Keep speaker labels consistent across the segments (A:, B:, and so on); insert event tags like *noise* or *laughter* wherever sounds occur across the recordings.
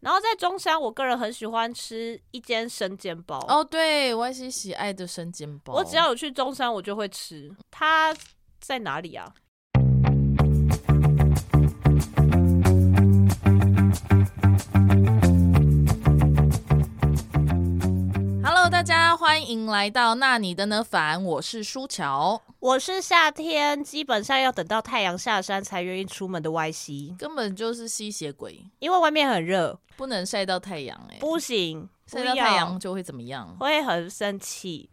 A: 然后在中山，我个人很喜欢吃一间生煎包。
B: 哦，对我也是喜爱的生煎包。
A: 我只要有去中山，我就会吃。它在哪里啊？
B: Hello，大家欢迎来到那你的呢凡，我是舒乔。
A: 我是夏天，基本上要等到太阳下山才愿意出门的 Y C，
B: 根本就是吸血鬼，
A: 因为外面很热，
B: 不能晒到太阳哎、
A: 不行，
B: 晒到
A: 不要
B: 太阳就会怎么样？
A: 会很生气，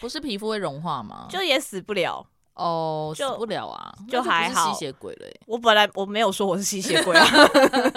B: 不是皮肤会融化吗？
A: 就也死不了。
B: 哦，
A: 就
B: 死不了啊，那
A: 就
B: 不
A: 还
B: 是
A: 好
B: 吸血鬼了、欸。
A: 我本来我没有说我是吸血鬼啊。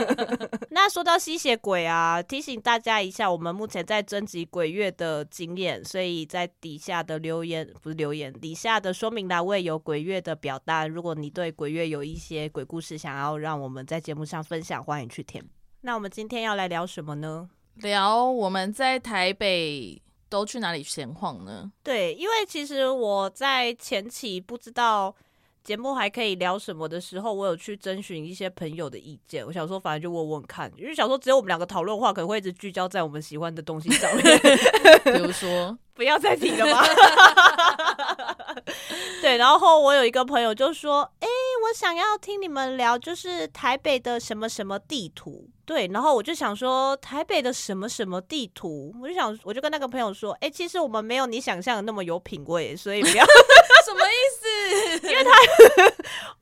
A: *laughs* 那说到吸血鬼啊，提醒大家一下，我们目前在征集鬼月的经验，所以在底下的留言不是留言，底下的说明栏位有鬼月的表单。如果你对鬼月有一些鬼故事想要让我们在节目上分享，欢迎去填。那我们今天要来聊什么呢？
B: 聊我们在台北都去哪里闲晃呢？
A: 对，因为其实我在前期不知道节目还可以聊什么的时候，我有去征询一些朋友的意见。我想说，反正就问问看，因为想说只有我们两个讨论的话，可能会一直聚焦在我们喜欢的东西上面，
B: 比如
A: *laughs*
B: 说，
A: 不要再提了
B: *laughs*
A: 吧。对，然后我有一个朋友就说：“诶，我想要听你们聊，就是台北的什么什么地图。”对，然后我就想说，台北的什么什么地图，我就想，我就跟那个朋友说：“诶，其实我们没有你想象的那么有品味，所以不要
B: 什么意思？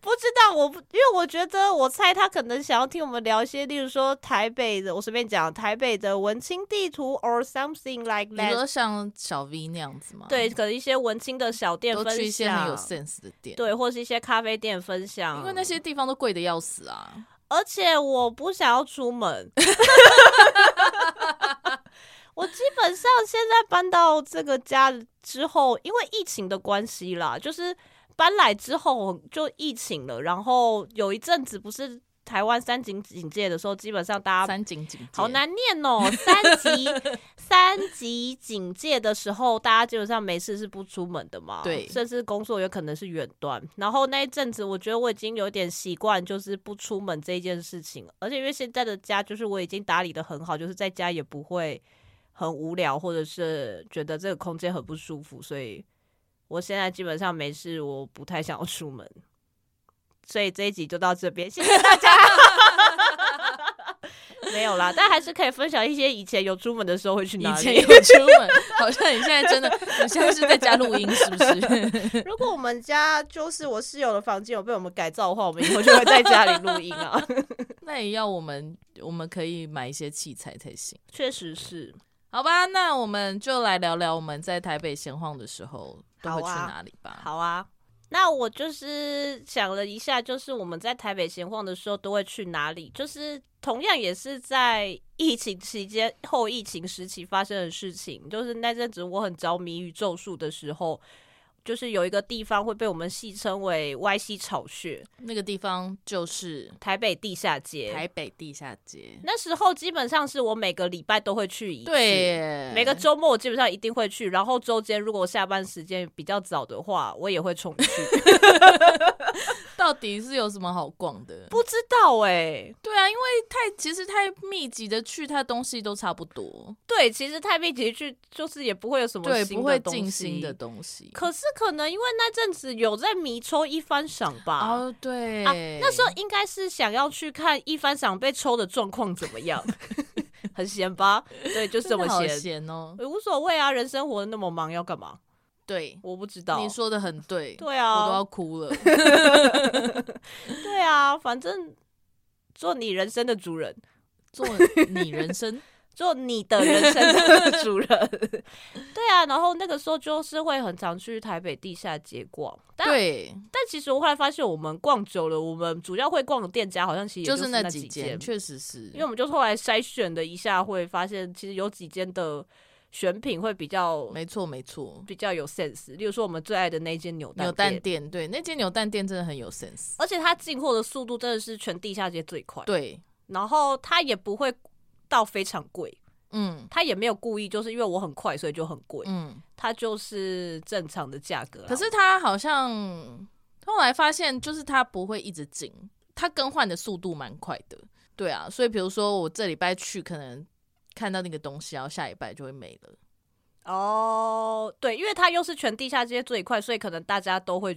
A: 不知道，我不，因为我觉得，我猜他可能想要听我们聊一些，例如说台北的，我随便讲台北的文青地图，or something like
B: 你
A: that。
B: 说像小 V 那样子吗？
A: 对，，可能一些文青的小店
B: 都
A: 分
B: 去一些很有
A: 享，
B: sense 的店，
A: 对，或是一些咖啡店分享。
B: 因为那，些地方都贵的要死啊。
A: 而且我不想要出门。 *laughs* 我基本上现在搬到这个家之后，因为疫情的关系啦，就是搬来之后就疫情了，然后有一阵子不是台湾三级警戒的时候，基本上大家
B: 三井警戒
A: 啊好难念哦，三级三级警戒的时候，大家基本上没事是不出门的嘛，
B: 对
A: 甚至工作有可能是远端。然后那一阵子，我觉得我已经有点习惯，就是不出门这一件事情了，而且因为现在的家就是我已经打理的很好，就是在家也不会很无聊，或者是觉得这个空间很不舒服，所以我现在基本上没事，我不太想要出门。所以这一集就到这边，谢谢大家。 *laughs* 没有啦，但还是可以分享一些以前有出门的时候会去哪
B: 以前
A: 里
B: 有。出门， *laughs* 好像你现在真的，你现在是在家录音是不
A: *laughs*
B: 是？
A: *laughs* 如果我们家就是我室友的房间有被我们改造的话，我们以后就会在家里录音啊。 *laughs*
B: 那也要我们，我们可以买一些器材才行。
A: 确实是，
B: 好吧，那我们就来聊聊我们在台北闲晃的时候都会去
A: 好啊
B: 哪里吧。
A: 好啊。那我就是想了一下，就是我们在台北闲晃的时候都会去哪里？就是同样也是在疫情期间后疫情时期发生的事情。就是那阵子我很着迷于咒术的时候，就是有一个地方会被我们戏称为 “Y C 巢穴
B: 那个地方就是”，
A: 台北地下街。
B: 台北地下街。
A: 那时候基本上是我每个礼拜都会去一次，
B: 对耶，
A: 每个周末我基本上一定会去，然后周间如果下班时间比较早的话，我也会重去。
B: 到底是有什么好逛的？
A: *laughs* 不知道哎、
B: 对啊，因为太其实太密集的去，它东西都差不多，
A: 对，其实太密集去就是也不会有什么
B: 对，
A: 新的
B: 不会
A: 东
B: 进
A: 西
B: 新的。东西。
A: 可是可能因为那阵子有在迷抽一番赏吧。
B: 哦，对、
A: 啊，那时候应该是想要去看一番赏被抽的状况怎么
B: *laughs*
A: 样，很闲吧？对，就是这
B: 真的
A: 么
B: 好
A: 闲，
B: 闲哦。
A: 也无所谓啊。人生活得那么忙，要干嘛？
B: 对，
A: 我不知道。
B: 你说的很对，
A: 对
B: 我都
A: 啊
B: 要，哭了。
A: 对啊，反正做你人生的主人，
B: *laughs* 做你人 *laughs* 生，
A: 做你的人
B: *laughs*
A: 生的主人。 *laughs* 对啊，然后那个时候就是会很常去台北地下街逛，但
B: 对，
A: 但其实我后来发现，我们逛久了，我们主要会逛的店家好像其实也
B: 就是
A: 是
B: 那
A: 那
B: 几
A: 间
B: 间，，确实是
A: 因为我们就是后来筛选了一下，会发现其实有几间的选品会比较
B: 没错没错。
A: 比较有 sense，例如说我们最爱的那间扭蛋
B: 扭蛋
A: 店
B: 店，对，那间扭蛋店真的很有 sense。
A: 而且它进货的速度真的是全地下街最快，
B: 对，
A: 然后它也不会到非常贵，
B: 嗯
A: 他也没有故意，就是因为我很快，所以就很贵。
B: 嗯。
A: 它就是正常的价格啦。
B: 可是它好像后来发现，就是它不会一直进，它更换的速度蛮快的。对啊，所以比如说我这礼拜去，可能看到那个东西，然后下礼拜就会没了。
A: 哦，对，因为它又是全地下街最快，所以可能大家都会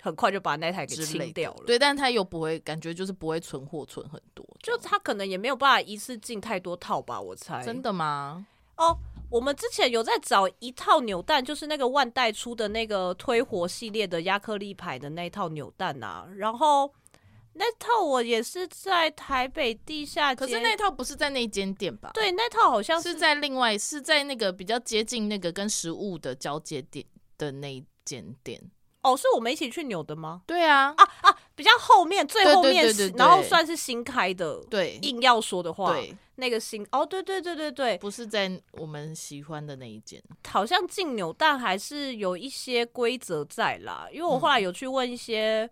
A: 很快就把那台给
B: 之类
A: 清
B: 的
A: 掉了。
B: 对，但它又不会感觉就是不会存货存很多，
A: 就他可能也没有办法一次进太多套吧，我猜。
B: 真的吗？
A: 哦，我们之前有在找一套扭蛋，就是那个万代出的那个推火系列的亚克力牌的那一套扭蛋啊，然后那套我也是在台北地下街，
B: 可是那套不是在那间店吧？，
A: 对那套好像
B: 是
A: 是
B: 在另外是在那个比较接近那个跟食物的交接点的那一间店。
A: 哦，是我们一起去扭的吗？
B: 对啊，
A: 啊啊，比较后面最后
B: 对对
A: 面
B: 对
A: 是，
B: 对对
A: 然后算是新开的，
B: 对
A: 硬要说的话，
B: 对，
A: 那个新哦，对对对对对，
B: 不是在我们喜欢的那
A: *laughs*
B: 一间。
A: 好像进扭蛋还是有一些规则在啦，因为我后
B: 嗯
A: 来有去问一些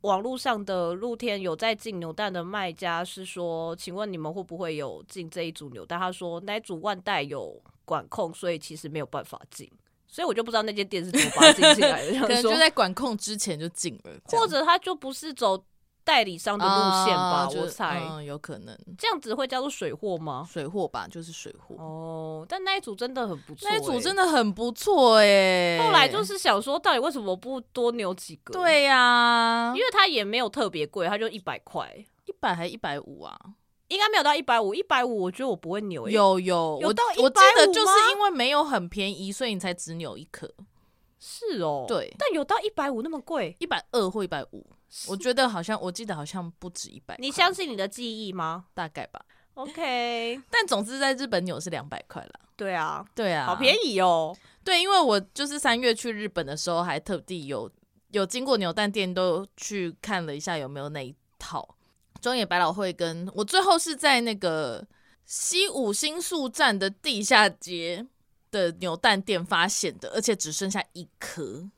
A: 网络上的露天有在进扭蛋的卖家，是说，请问你们会不会有进这一组扭蛋？他说那一组万代有管控，所以其实没有办法进，所以我就不知道那间店是怎么把它进进
B: *laughs*
A: 来的，
B: 可
A: 想
B: 能就
A: 说，
B: 在管控之前就进了，这样
A: 或者他就不是走代理商的路线吧，
B: 啊就
A: 我
B: 是
A: 猜、
B: 嗯，有可能
A: 这样子会叫做水货吗？
B: 水货吧，就是水货。
A: 哦，但那一组真的很不错、
B: 那一组
A: 欸
B: 真的很不错哎、
A: 后来就是想说，到底为什么不多扭几个？，
B: 对啊呀、
A: 因为它也没有特别贵，它就一百块，
B: 一百还一百五啊，
A: 应该没有到一百五。一百五，我觉得我不会扭、欸。
B: 有有
A: 有
B: 我
A: 到
B: 我记
A: 150
B: 得就是
A: 吗
B: 因为没有很便宜，所以你才只扭一颗，
A: 是哦，，
B: 对，
A: 但有到一百五那么贵，
B: 一百二或一百五，我觉得好像我记得好像不止一百，
A: 你相信你的记忆吗
B: 大概吧，
A: ？OK，
B: 但总之在日本扭是两百块啦，
A: 对啊，
B: 对啊，
A: 好便宜哦。
B: 对，因为我就是三月去日本的时候，还特地有有经过扭蛋店，都去看了一下有没有那一套中野百老汇跟。我最后是在那个西武新宿站的地下街的扭蛋店发现的，而且只剩下一颗。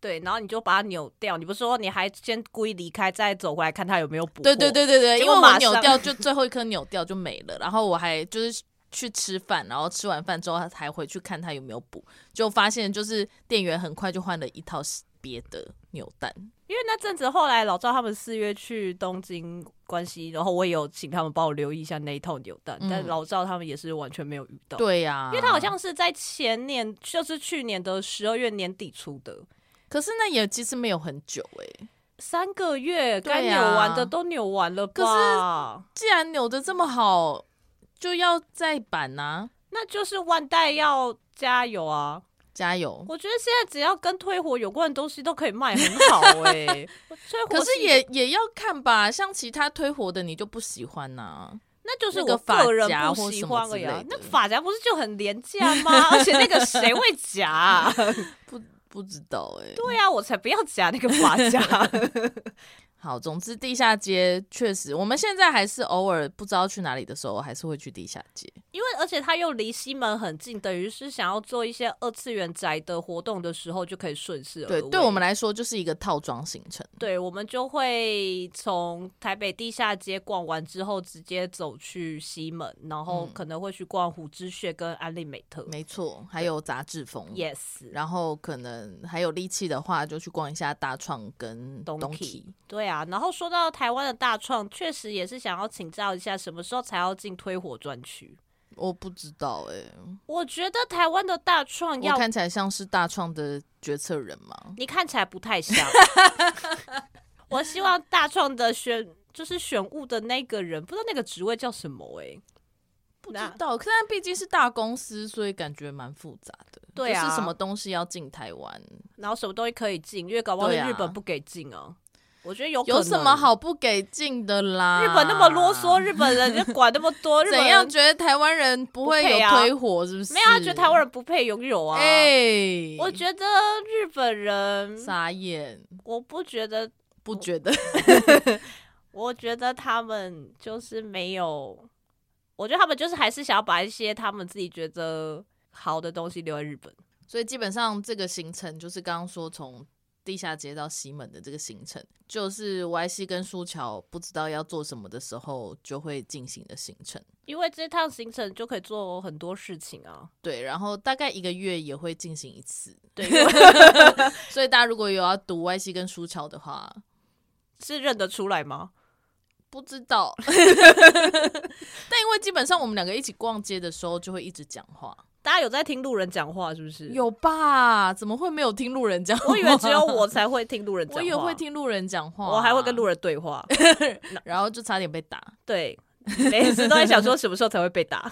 A: 对，然后你就把它扭掉。你不是说你还先故意离开，再走回来看它有没有补货？
B: 对对对对对，
A: 结
B: 因
A: 果
B: 为我
A: 马
B: 扭
A: 上
B: 掉就最后一颗扭掉就没了，然后我还就是去吃饭，然后吃完饭之后才回去看它有没有补，就发现就是店员很快就换了一套别的扭蛋。
A: 因为那阵子后来老赵他们四月去东京关西，然后我也有请他们帮我留意一下那一套扭蛋，
B: 嗯
A: 但老赵他们也是完全没有遇到。
B: 对呀、
A: 因为它好，像是在前年，就是去年的十二月年底出的，
B: 可是那也其实没有很久哎、
A: 三个月
B: 对啊
A: 该扭完的都扭完了吧？
B: 既然扭的这么好，就要再版啊呐、
A: 那就是万代要加油啊！
B: 加油！
A: 我觉得现在只要跟推火有关的东西都可以卖很好
B: *laughs*
A: 哎、推火
B: 可是
A: 系
B: 也也要看吧，像其他推活的你就不喜欢啊呐、
A: 那就是
B: 那个
A: 我
B: 发
A: 个人
B: 夹
A: 不
B: 或
A: 喜
B: 什么
A: 欢
B: 之
A: 而已、啊
B: 类。
A: 那
B: 的
A: 发夹不是就很廉价吗？而且那个谁会夹啊、 *laughs*
B: 不知道哎、
A: 对啊，我才不要夹那个发夹。
B: 好，总之地下街确实，我们现在还是偶尔不知道去哪里的时候，还是会去地下街。
A: 因为而且它又离西门很近，等于是想要做一些二次元宅的活动的时候，就可以顺势而
B: 对，
A: 为
B: 对我们，来说就是一个套装行程。
A: 对我们就会从台北地下街逛完之后，直接走去西门，然后
B: 嗯
A: 可能会去逛虎之穴跟安利美特。
B: 没错，还有杂志风
A: yes，
B: 然后可能还有力气的话，就去逛一下大创跟
A: 东
B: 东
A: 体
B: 体。
A: 对啊。然后说到台湾的大创，确实也是想要请教一下，什么时候才要进推火专区？
B: 我不知道哎、
A: 我觉得台湾的大创要
B: 我看起来像是大创的决策人吗？
A: 你看起来不太
B: *laughs*
A: 像。我希望大创的选就是选物的那个人，不知道那个职位叫什么哎、
B: 不知
A: 那
B: 道，可但毕竟是大公司，所以感觉蛮复杂的。
A: 对啊
B: 就是什么东西要进台湾，
A: 然后什么东西可以进，因为搞不好是
B: 对啊
A: 日本不给进啊。我觉得有可能
B: 有什么？好不给进的啦？
A: 日本那么啰嗦，，日本人就管那么
B: *laughs*
A: 多，日本
B: 怎
A: 人
B: 样觉得台湾人不会
A: 不配
B: 有
A: 啊
B: 推火？是不是？
A: 没有，他觉得台湾人不配拥有啊。
B: 哎、
A: 我觉得日本人，
B: 傻眼，
A: 我不觉得，
B: 不
A: *laughs*
B: 觉得？
A: 我觉得他们就是没有，我觉得他们就是还是想要把一些他们自己觉得好的东西留在日本。
B: 所以基本上这个行程就是刚刚说从地下街到西门的这个行程，就是 Y C 跟苏乔不知道要做什么的时候就会进行的行程。
A: 因为这趟行程就可以做很多事情啊。
B: 对，然后大概一个月也会进行一次，
A: 对，因
B: *laughs*
A: 为
B: 所以大家如果有要读 Y C 跟苏乔的话，
A: 是认得出来吗？
B: 不知道， *laughs* 但因为基本上我们两个一起逛街的时候就会一直讲话，
A: 大家有在听路人讲话是不是？，
B: 有吧？怎么会没有听路人讲话？
A: *laughs* 我以为只有
B: *laughs*
A: 我才会听路人讲话，
B: 我也会，听路人讲话，
A: 我还会跟路人对话。
B: 人，然后就差点被打。
A: 对，每次都在想说什么时候才会被
B: *laughs*
A: 打。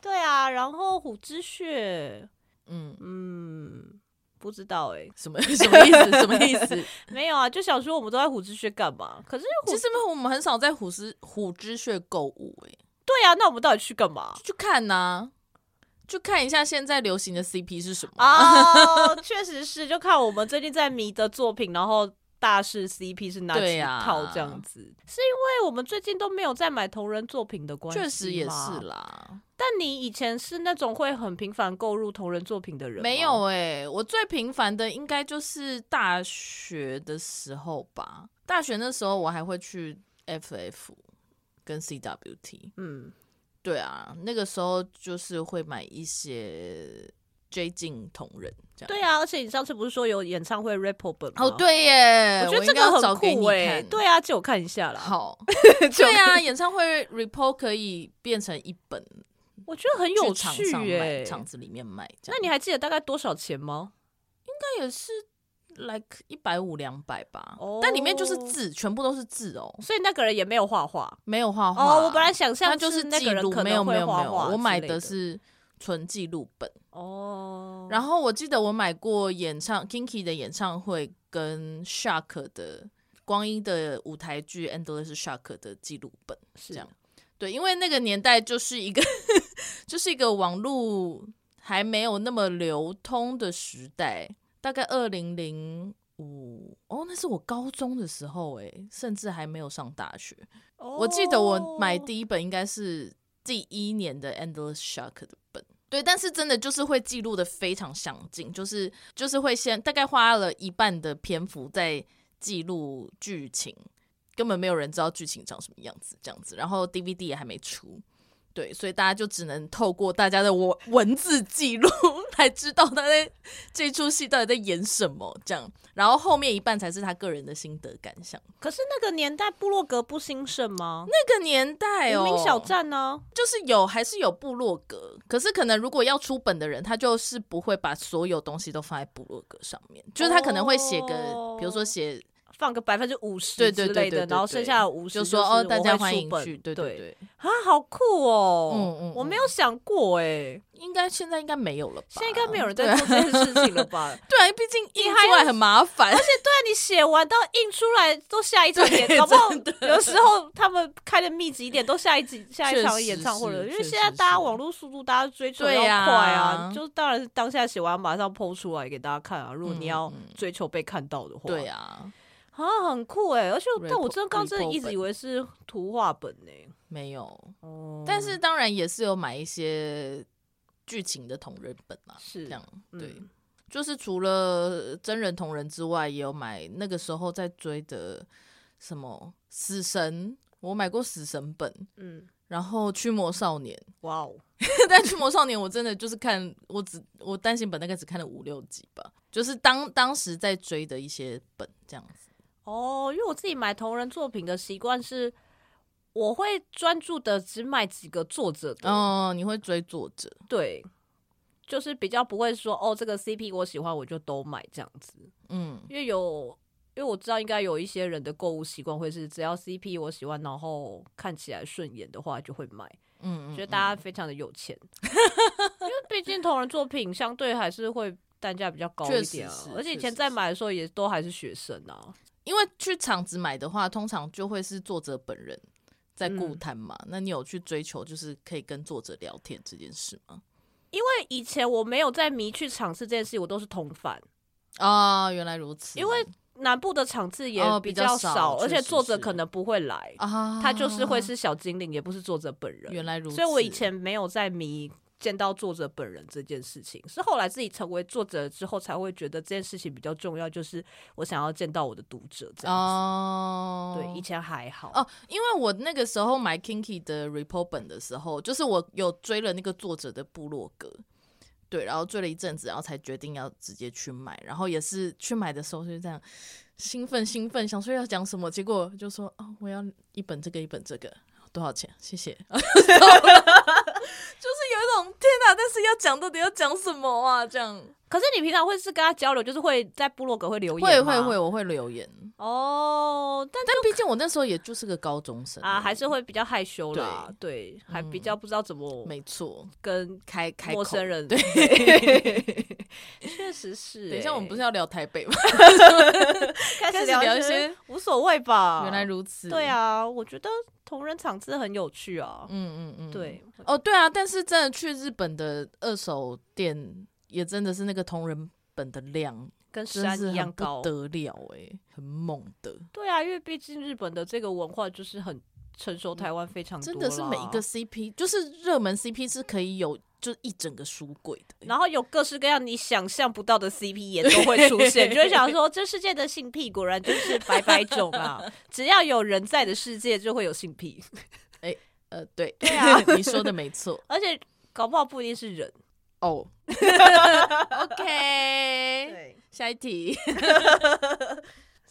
A: 对啊，然后虎之穴，
B: 嗯，
A: 嗯，不知道哎、*laughs*
B: 什么什么意思？什么意思？
A: 没有啊，就想说我们都在虎之穴干嘛？可是虎
B: *laughs* 其实我们很少在虎之虎之穴购物、欸，
A: 对啊，那我们到底去干
B: *laughs*
A: 嘛？
B: 去看呐、就看一下现在流行的 CP 是什么。
A: 哦，确实是，就看我们最近在迷的作品，然后大势 CP 是哪几
B: 对啊呀
A: 套这样子？是因为我们最近都没有在买同人作品的关系，
B: 确实也是。啦，
A: 但你以前是那种会很频繁购入同人作品的人吗，
B: 没有哎、我最频繁的应该就是大学的时候吧。大学那时候我还会去 FF 跟 CWT，
A: 嗯，
B: 对啊，那个时候就是会买一些 J 进同人这样。
A: 对啊，而且你上次不是说有演唱会 rap 本吗
B: 哦，，对耶，
A: 我觉得这
B: 应该要
A: 个
B: 找
A: 很
B: 给
A: 酷
B: 你
A: 哎、
B: 看。
A: 对啊，借我看一下啦。
B: 好，对啊，演唱会 report 可以变成一本，
A: *laughs* 我觉得很有
B: 去厂
A: 趣
B: 商
A: 哎、
B: 卖，厂子里面卖这
A: 那
B: 样。
A: 你还记得大概多少钱吗？
B: 那也是 like 一百五两百吧
A: 哦
B: 但里面就是字，全部都是字哦，
A: 所以那个人也没有画画
B: 没有画画。
A: 哦。我本来想
B: 它
A: 象
B: 就是
A: 那
B: 记
A: 个人
B: 录，
A: 可
B: 没有
A: 能
B: 没
A: 会
B: 有
A: 画
B: 没有，
A: 画，
B: 我买的。是纯记录本。
A: 哦，
B: 然后我记得我买过演唱 Kinky 的演唱会跟 Shark 的光阴的舞台剧 Endless Shark 的记录本。
A: 是
B: 这样对，因为那个年代就是一个 *laughs* 就是一个网络还没有那么流通的时代，大概二零零五哦，那是我高中的时候诶，甚至还没有上大学。我记得
A: 哦
B: 我买第一本应该是第一年的 Endless Shark 的本。对，但是真的就是会记录的非常详尽，就是就是会先大概花了一半的篇幅在记录剧情，根本没有人知道剧情长什么样子，这样子。然后 DVD 也还没出，对，所以大家就只能透过大家的文文字记录 *laughs* 来知道他在这出戏到底在演什么，这样。然后后面一半才是他个人的心得感想。
A: 可是那个年代部落格不兴盛吗？
B: 那个年代哦，
A: 无名小站啊呢、
B: 就是有还是有部落格，可是可能如果要出本的人，他就是不会把所有东西都放在部落格上面，就是他可能会写个，
A: 哦
B: 比如说写
A: 放个百分之五十
B: 对
A: 之
B: 对对
A: 类
B: 对
A: 的，
B: 对
A: 然后
B: 对
A: 剩下的五十
B: 就说
A: 是
B: 哦，大
A: 我
B: 家
A: 会
B: 欢
A: 出
B: 迎
A: 本
B: 去，对
A: 对
B: 对，
A: 啊，好酷哦！
B: 嗯嗯
A: 我没
B: 嗯
A: 有想过哎、
B: 应该现在应该没有了吧？
A: 现在应该没有人
B: *laughs* 对
A: 在
B: 啊
A: 做这件事情了吧？
B: 对啊，毕竟印
A: 还
B: 出
A: 要
B: 来很
A: *laughs*
B: 麻烦，
A: 那你写完到印出来都下一场
B: 对
A: 演，搞不好
B: 真的
A: 有时候他们开的密集一点，都下一集下一场演唱会了。
B: 确
A: 因
B: 实是
A: 为现在大
B: 确实
A: 家
B: 是
A: 网络速度，大家追求
B: 对
A: 要快
B: 呀
A: 啊，就当然是当下写完马上剖出来给大家看啊。如果你要
B: 嗯嗯
A: 追求被看到的话，
B: 对啊，
A: 啊，很酷哎、而且
B: Repo-
A: 但我真的刚真的一
B: Repo
A: 直以为是图画本呢、
B: 没有，
A: 哦
B: 但是当然也是有买一些剧情的同人本嘛，
A: 是
B: 这样对。
A: 嗯
B: 就是除了真人同人之外，也有买那个时候在追的什么《死神》，我买过《死神》本，
A: 嗯，
B: 然后《驱魔少年》 *laughs*
A: 哇哦，
B: 但《驱魔少年》我真的就是看，我只我单行本大概只看了五六集吧，就是当当时在追的一些本这样子。
A: 哦，因为我自己买同人作品的习惯是，我会专注的只买几个作者的。
B: 哦，你会追作者，
A: 对，就是比较不会说哦，这个 CP 我喜欢我就都买这样子，
B: 嗯，
A: 因为有因为我知道应该有一些人的购物习惯会是只要 CP 我喜欢，然后看起来顺眼的话就会买，
B: 嗯嗯，
A: 觉得大家非常的有
B: *laughs*
A: 钱，因为毕竟同人作品相对还是会。单价比较高
B: 确
A: 一
B: 实
A: 点啊
B: 是，
A: 而且以
B: 确
A: 前
B: 实
A: 在
B: 是
A: 买的时候也都还是学生啊，
B: 因为去厂子买的话，通常就会是作者本人在顾
A: 嗯
B: 摊嘛。那你有去追求就是可以跟作者聊天这件事吗？
A: 因为以前我没有在迷去场次这件事，情，我都是同返，
B: 啊、原来如此。
A: 因为南部的场次也
B: 哦
A: 比
B: 比较
A: 较
B: 少
A: 少，而且
B: 确实
A: 作者
B: 是
A: 可能不会来，
B: 啊，
A: 他就是会是小精灵，也不是作者本人。
B: 原来如此。
A: 所以我以前没有在迷见到作者本人这件事情，是后来自己成为作者之后才会觉得这件事情比较重要，就是我想要见到我的读者这样子。
B: 哦，
A: 对，以前还好。
B: 哦，因为我那个时候买 Kinky 的 report 本的时候，就是我有追了那个作者的部落格，对，然后追了一阵子，然后才决定要直接去买，然后也是去买的时候就是这样兴奋兴奋，想说要讲什么，结果就说哦，我要一本这个一本这个，多少钱？谢谢。 *laughs* 就是有一种天哪，但是要讲到底要讲什么啊？这样
A: 可是你平常会是跟他交流，就是会在部落格会留言
B: 会
A: 吗
B: 会会，我会留言，
A: 哦，但
B: 但毕竟我那时候也就是个高中生
A: 啊还
B: 是
A: 是会比较害羞啦，对，还比较不知道怎么
B: 嗯没错，
A: 跟
B: 开开
A: 陌
B: 口。
A: 生人对，
B: *laughs*
A: 确实是欸。
B: 等一下，我们不是要聊台北吗？
A: 开始
B: 开始
A: 聊
B: 聊
A: 一
B: 一
A: 些
B: 些
A: 无所谓吧？
B: *laughs* 原来如此。
A: 对，啊，我觉得同人场次很有趣啊。
B: 嗯嗯嗯，
A: 对，
B: 哦，对啊，但是真的去日本的二手店，也真的是那个同人本的量，
A: 跟
B: 真
A: 山
B: 是
A: 一样
B: 很不
A: 高。
B: 得了哎、很猛的，
A: 对啊，因为毕竟日本的这个文化就是很成熟，台湾非常多
B: 嗯真的是每一个
A: 啦。
B: CP，就是热门 CP 是可以有就一整个书柜的、欸
A: 然后有各式各样你想象不到的 CP 也都会出现，你就会想说，这世界的性癖果然就是百百种
B: *laughs*
A: 啊！只要有人在的世界，就会有性癖，
B: 呃，对，
A: 对啊
B: *laughs* 你说的没错。
A: 而且搞不好不一定是人。
B: 哦、o k
A: 对，
B: 下一题。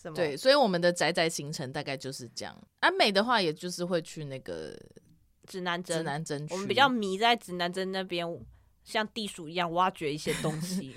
A: 什么？
B: 对，所以我们的宅宅行程大概就是这样。安美的话，也就是会去那个
A: 指南针
B: 指，南针区，
A: 我们比较迷在指南针那边，像地鼠一样挖掘一些东西，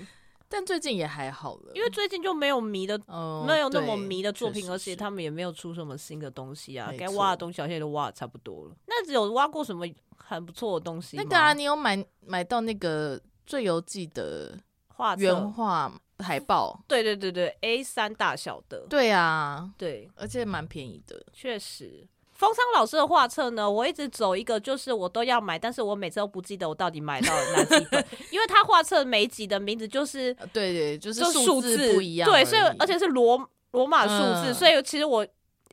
B: 但最近也还好了，
A: 因为最近就没有迷的。
B: 嗯
A: 没有那么
B: 对
A: 迷的作
B: 确
A: 品，
B: 实
A: 而且
B: 是
A: 他们也没有出什么新的东西啊
B: 没，
A: 该
B: 错
A: 挖的东西好像也都挖的差不多了。那只有挖过什么很不错的东西吗？
B: 那个啊，你有买买到那个《最游记》的
A: 画
B: 原
A: 册，
B: 画海报？
A: 对对对对，A 三大小的，
B: 对啊，
A: 对，
B: 而且蛮便宜的。
A: 确实。风昌老师的画册呢，我一直走一个，就是我都要买，但是我每次都不记得我到底买到了哪几
B: *laughs*
A: 本，因为他画册每一集的名字就是
B: 呃对对， *laughs* 就是
A: 就
B: 数
A: 字
B: 不一样已。
A: 对，所以而且是罗罗马数字，
B: 嗯
A: 所以其实我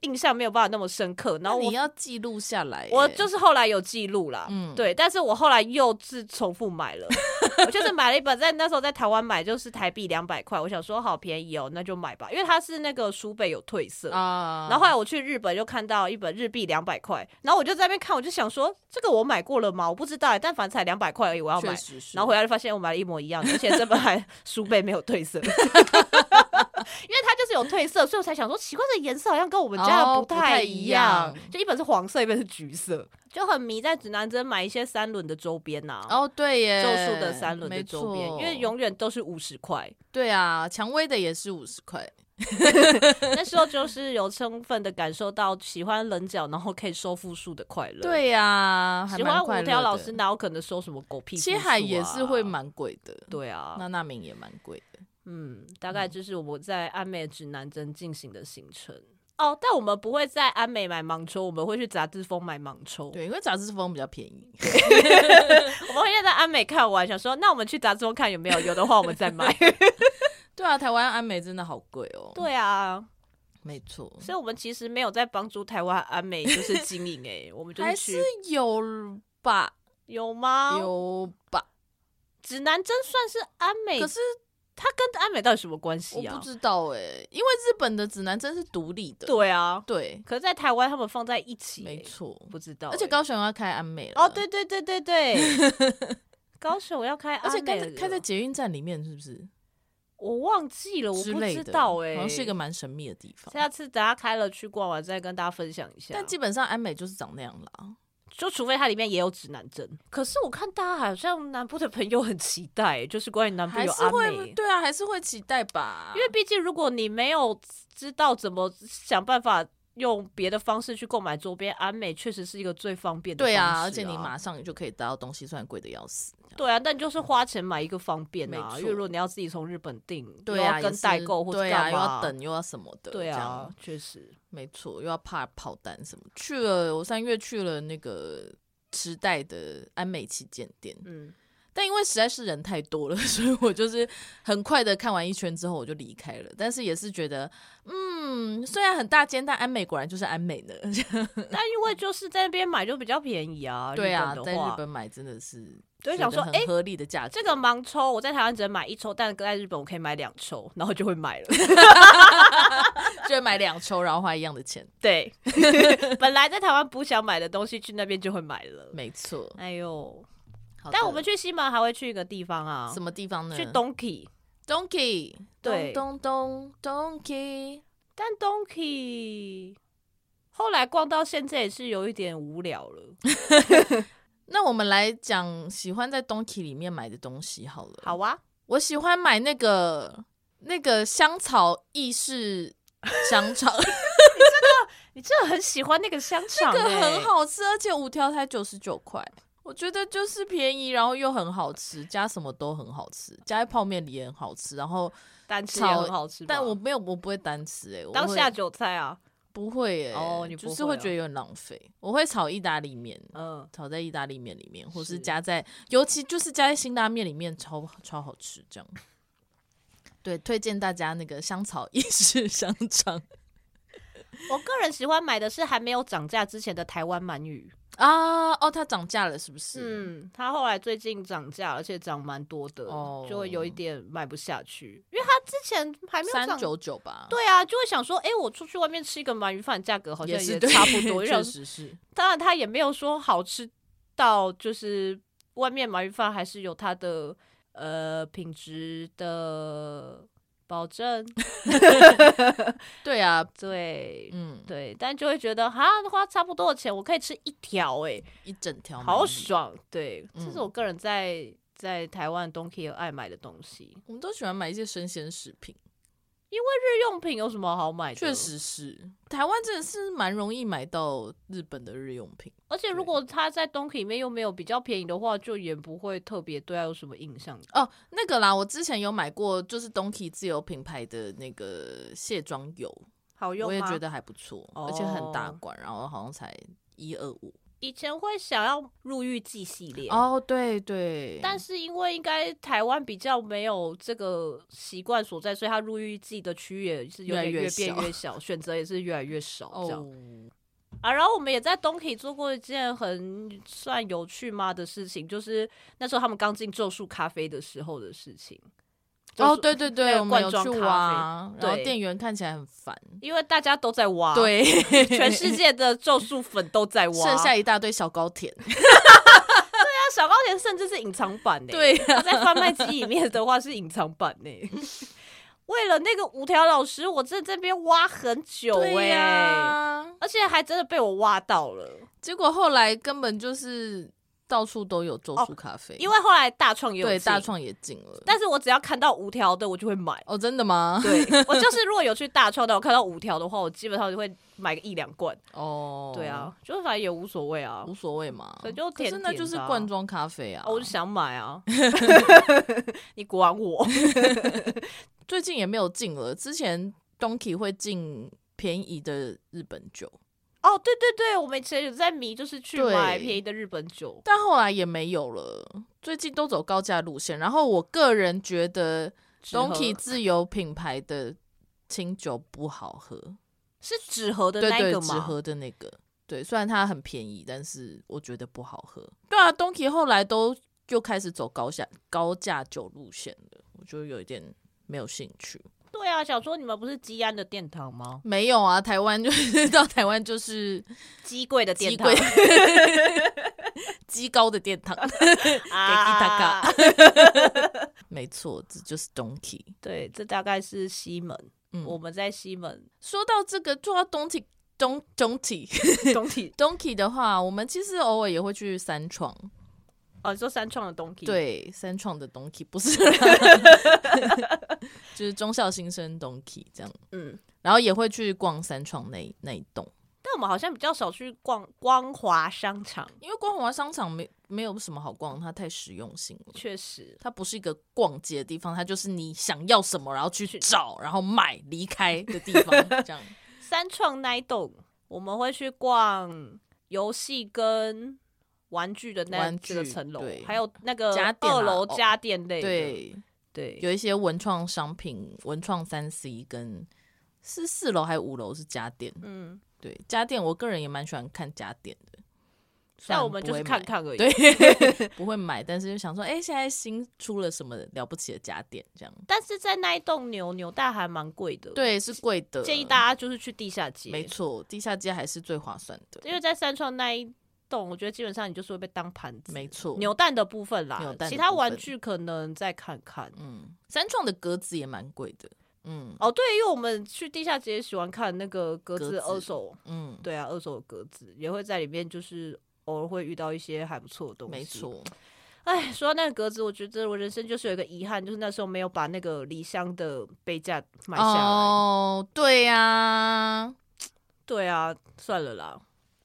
A: 印象没有办法那么深刻。然
B: 那
A: 后
B: 你
A: 我
B: 要记录下来耶。
A: 我就是后来有记录啦，
B: 嗯
A: 对，但是我后来又是重复买
B: *laughs*
A: 了，我就是买了一本，在那时候在台湾买就是台币两百块，我想说好便宜哦，那就买吧，因为它是那个书本有褪色。
B: 啊，
A: 然后后来我去日本就看到一本日币两百块，然后我就在那边看，我就想说这个我买过了吗？我不知道欸，但反正才两百块而已，我要买
B: 确。实是，
A: 然后回来就发现我买了一模一样 *laughs* 的，而且这本还书背没有褪色，因 *laughs* 为它就是有褪色，所以我才想说奇怪，这颜色好像跟我们家的
B: 哦不
A: 太
B: 太
A: 一
B: 一
A: 样，
B: 样
A: 就一本是黄色，一本是橘色，就很迷在指南针买一些三轮的周边呐、啊。
B: 哦对耶，
A: 咒术的三轮的
B: 没
A: 周边，因
B: 错
A: 为永远都是五十 *laughs* 块。
B: 对啊，蔷薇的也是五十块，
A: 那时候就是有充分的感受到喜欢棱角，然后可以收复数的快乐。，
B: 对呀，还
A: 喜
B: 蛮
A: 欢
B: 快
A: 五
B: 乐
A: 条
B: 的
A: 老师，哪有可能收什么狗屁、啊？
B: 七海也是会。蛮贵的，
A: 对啊，
B: 娜娜明也蛮贵的，
A: 嗯，大概就是我在安美指南针进行的行程。哦，但我们不会在安美买盲抽，我们会去杂志风买盲抽。
B: 对，因为杂志风比较便宜。 *laughs*
A: 我们会在安美看完，想说那我们去杂志风看有没有，有的话我们再
B: *laughs*
A: 买。
B: 对啊，台湾安美真的好贵哦。，
A: 对啊，
B: 没错，
A: *laughs* 所以我们其实没有在帮助台湾安美就是经营诶、我们就是
B: 还
A: 去哦
B: 是有吧，
A: 有吗？
B: 有吧。
A: 指南针算是安美，
B: 可是
A: 它跟安美到底什么关
B: 我
A: 系
B: 不
A: 哎啊？
B: 知道哎、因为日本的指南针是独立的。
A: 对啊，
B: 对，
A: 可是在台湾他们放在一起、
B: 没
A: 欸，
B: 错。
A: 不知道欸、
B: 而且高雄要开安美了
A: 哦，对，对对对对， *laughs* 高手要开安美
B: 而
A: 了，
B: 且开在开在捷运站里面是不是？
A: 我忘记了，我
B: 之
A: 不
B: 类
A: 知
B: 的，
A: 道哎、
B: 好像是一个蛮神秘的地方。
A: 下次等他开了去逛完再跟大家分享一下。
B: 但基本上安美就是长那样啦。
A: 就除非它里面也有指南针， *laughs* 可是我看大家好像南部的朋友很期待、欸 *laughs* 就是关于南部
B: 还
A: 有
B: 是
A: 阿
B: 会
A: 美。
B: 对啊，还是会期待吧。
A: 因为毕竟，如果你没有知道怎么想办法用别的方式去购买周边，安美确实是一个最方便的方
B: 对
A: 式、
B: 啊，
A: 啊，
B: 而且你马上就可以得到东西，虽然贵的要死。
A: 对啊，但就是花钱买一个方便啊。
B: 没错
A: 因为如果你要自己从日本订，
B: 对
A: 又
B: 啊，
A: 要跟
B: 也是
A: 代购或者
B: 对
A: 干嘛、
B: 啊，又要，等又要什么的，
A: 对
B: 这
A: 啊
B: 样，
A: 确实。
B: 没错，又要怕跑单什么。去了，我三月去了那个时代的安美旗舰店，
A: 嗯，
B: 但因为实在是人太多了， *laughs* 所以我就是很快的看完一圈之后我就离开了。但是也是觉得，嗯，虽然很大间，但安美果然就是安美呢。
A: 但因为就是在那边买就比较便宜啊，
B: *laughs* 对啊
A: 日本，
B: 在
A: 的话
B: 日本买真的是
A: 就会
B: 觉
A: 想
B: 得
A: 说
B: 很
A: 诶
B: 合理的价格，
A: 这个盲抽我在台湾只能买一抽，但在日本我可以买两抽，然后就会买了。 *laughs*
B: 就会买两抽，然后花一样的钱， *laughs*
A: 对，本来在台湾不想买的东西，去那边就会买了。
B: 没错。
A: 哎呦，
B: 好的
A: 但我们去西门还会去一个地方啊
B: 什，么地方呢？
A: 去 Donkey。
B: Donkey，
A: 对
B: 咚咚咚 Donkey，
A: 但 Donkey 后来逛到现在也是有一点无聊了。
B: 那我们来讲喜欢在 Donkey 里面买的东西好了。
A: 好，啊，
B: 我喜欢买那个那个香草意式香肠， *laughs*
A: 你真的很喜欢那个香肠、
B: 那
A: 欸，
B: 个很好吃，而且五条才九十九块。我觉得就是便宜，然后又很好吃，加什么都很好吃，加在泡面里也很好吃。然后，
A: 单吃也很好吃吧，
B: 但我没有，我不会单吃哎、欸，我
A: 当
B: 会
A: 下酒菜啊，
B: 不会哎、欸，
A: 哦你
B: 就
A: 不
B: 是
A: 会
B: 会
A: 哦
B: 觉得有点浪费。我会炒意大利面，
A: 嗯，
B: 炒在意大利面里面，或是
A: 是
B: 加在，尤其就是加在辛拉面里面，超超好吃。这样， *laughs* 对，推荐大家那个香草意式 *laughs* 香肠
A: 我个人喜欢买的是还没有涨价之前的台湾鳗鱼，
B: 啊！哦，它涨价了，是不是？
A: 嗯，它后来最近涨价，而且涨蛮多的，
B: 哦
A: 就会有一点买不下去，因为它之前还没有
B: 三
A: 涨。
B: 九九吧，
A: 对啊，就会想说，哎、我出去外面吃一个鳗鱼饭，价格好像
B: 也是对
A: 差不 *laughs* 多。就
B: 确
A: 想说
B: 实是。
A: 当然它也没有说好吃到，就是外面鳗鱼饭还是有它的呃品质的保证。
B: *laughs* 对啊，
A: 对，
B: 嗯，
A: 对，但就会觉得哈，花差不多的钱，我可以吃一条，哎，
B: 一整条
A: 好
B: 鳗鱼
A: 爽。对，这
B: 嗯
A: 是我个人在在台湾 Donkey 爱买的东西。
B: 我们都喜欢买一些生鲜食品，
A: 日用品有什么好买的？
B: 确，实是。台湾真的是蛮容易买到日本的日用品，
A: 而且如
B: 对
A: 果它在 Donkey 里面又没有比较便宜的话，就也不会特别对它有什么印象。
B: 哦，那个啦，我之前有买过，就是 Donkey 自有品牌的那个卸妆油，
A: 好用
B: 我也
A: 吗
B: 觉得还不错，而且很大
A: 哦
B: 罐，然后好像才一二五。
A: 以前会想要入狱记系列。
B: 哦，对对，
A: 但是因为应该台湾比较没有这个习惯所在，所以它入狱记的区域也是有
B: 越来
A: 点
B: 越
A: 越变
B: 小
A: 越小，选择也是越来越少。这样，
B: 哦，
A: 啊，然后我们也在 Donkey 做过一件很算有趣吗的事情，就是那时候他们刚进咒术咖啡的时候的事情。
B: 哦，
A: 就是
B: 对对对，
A: 那
B: 我
A: 个
B: 们
A: 罐
B: 有
A: 装
B: 去
A: 咖
B: 挖，然后
A: 对
B: 店员看起来很烦，
A: 因为大家都在挖，，
B: 对，
A: 全世界的咒术粉都在挖，
B: *laughs* 剩下一大堆小
A: *laughs*
B: 高甜，
A: 那小高田甚至是隐藏版呢、
B: 对
A: 它 *laughs* 在贩卖机里面的话是隐藏版呢、 *laughs* 为了那个五条老师，我真的这边挖很久哎、
B: 对呀，
A: 而且还真的被我挖到了，
B: 结果后来根本就是到处都有咒
A: 哦
B: 术咖啡，
A: 因为后来大创也有
B: 对
A: 进
B: 大，创也进了，
A: 但是我只要看到五条的，我就会
B: *laughs*
A: 买。
B: 哦，真的吗？
A: 对我就是如果有去大创的，我看到五条的话，我基本上就会买个一两罐。
B: 哦，
A: 对啊，就是反正也无所谓啊
B: 无，所谓嘛，
A: 所以就
B: 可是
A: 甜
B: 那
A: 甜
B: 就是
A: 的啊
B: 罐装咖啡啊。
A: 啊我就想买
B: *laughs*
A: 啊。 *laughs* 你管我？
B: 最近也没有进了，之前 Donkey 会进便宜的日本酒，
A: 哦，对对对，我们以前有在迷，就是去
B: 对
A: 买便宜的日本酒。
B: 但后来也没有了。最近都走高价路线，然后我个人觉得
A: 纸盒
B: Donkey 自有品牌的清酒不好喝，
A: 是纸盒的
B: 对
A: 那一
B: 对，
A: 个
B: 只
A: 吗？
B: 喝的那个，对，虽然它很便宜，但是我觉得不好喝。对啊，Donkey 后来都又开始走高价高价酒路线了，我就有一点没有兴趣。
A: 对啊，想说你们不是吉安的殿堂吗？
B: 没有啊，台湾 *laughs* 就是到台湾就是
A: 鸡贵的殿
B: 鸡 *laughs*
A: 堂
B: 贵，鸡高的殿堂， *laughs* 给
A: 啊
B: 大 *laughs* 嘎。没错，这就是 Donkey。
A: 对，这大概是西门，
B: 嗯，
A: 我们在西
B: *laughs*
A: 门
B: 说到这个，做到 Donkey Don Donkey
A: 东体
B: *laughs* Donkey 的话，我们其实偶尔也会去三创，
A: 哦，你说三创的东体，，
B: 对，三创的 Donkey 不是， *laughs* 就是中校新生 Donkey 这样，
A: 嗯，
B: 然后也会去逛三创那那一栋，
A: 但我们好像比较少去逛光华商场，
B: 因为光华商场没没有什么好逛，它太实用性了。
A: 确实。
B: 它不是一个逛街的地方，它就是你想要什么，然后去找，然后买，离开的 *laughs* 地方。这样，
A: 三创那一栋，我们会去逛游戏跟玩具的那
B: 玩具
A: 这个层楼
B: 对，
A: 还有那个
B: 家电啊
A: 二楼
B: 哦
A: 家电类的。
B: 对，
A: 对，
B: 有一些文创商品，文创三 C 跟是四楼还有五楼是家电，
A: 嗯，
B: 对，家电我个人也蛮喜欢看家电的。虽
A: 但
B: 然
A: 我们
B: 不
A: 就是
B: 会买
A: 看，看而已。
B: 对，不会买，但是就想说，哎、现在新出了什么了不起的家电？这样，
A: 但是在那一栋牛牛蛋还蛮贵的，，
B: 对，是贵的，
A: 建议大家就是去地下街，
B: 没错，地下街还是最划算的。
A: 因为在三创那一动，我觉得基本上你就是会被当盘子。
B: 没错，
A: 扭蛋的部分啦
B: 扭，蛋的
A: 其他
B: 部
A: 玩
B: 分
A: 具可能再看看。
B: 嗯，三创的格子也蛮贵的，嗯
A: 哦，对，因为我们去地下街喜欢看那个格
B: 格
A: 子
B: 子
A: 二手，
B: 嗯，
A: 对啊，二手的格子也会在里面，就是偶尔会遇到一些还不错的东西。
B: 没。错，
A: 哎，说到那个格子，我觉得我人生就是有一个遗憾，就是那时候没有把那个离乡的杯架买下来。
B: 哦，对呀、
A: 对啊，算了啦，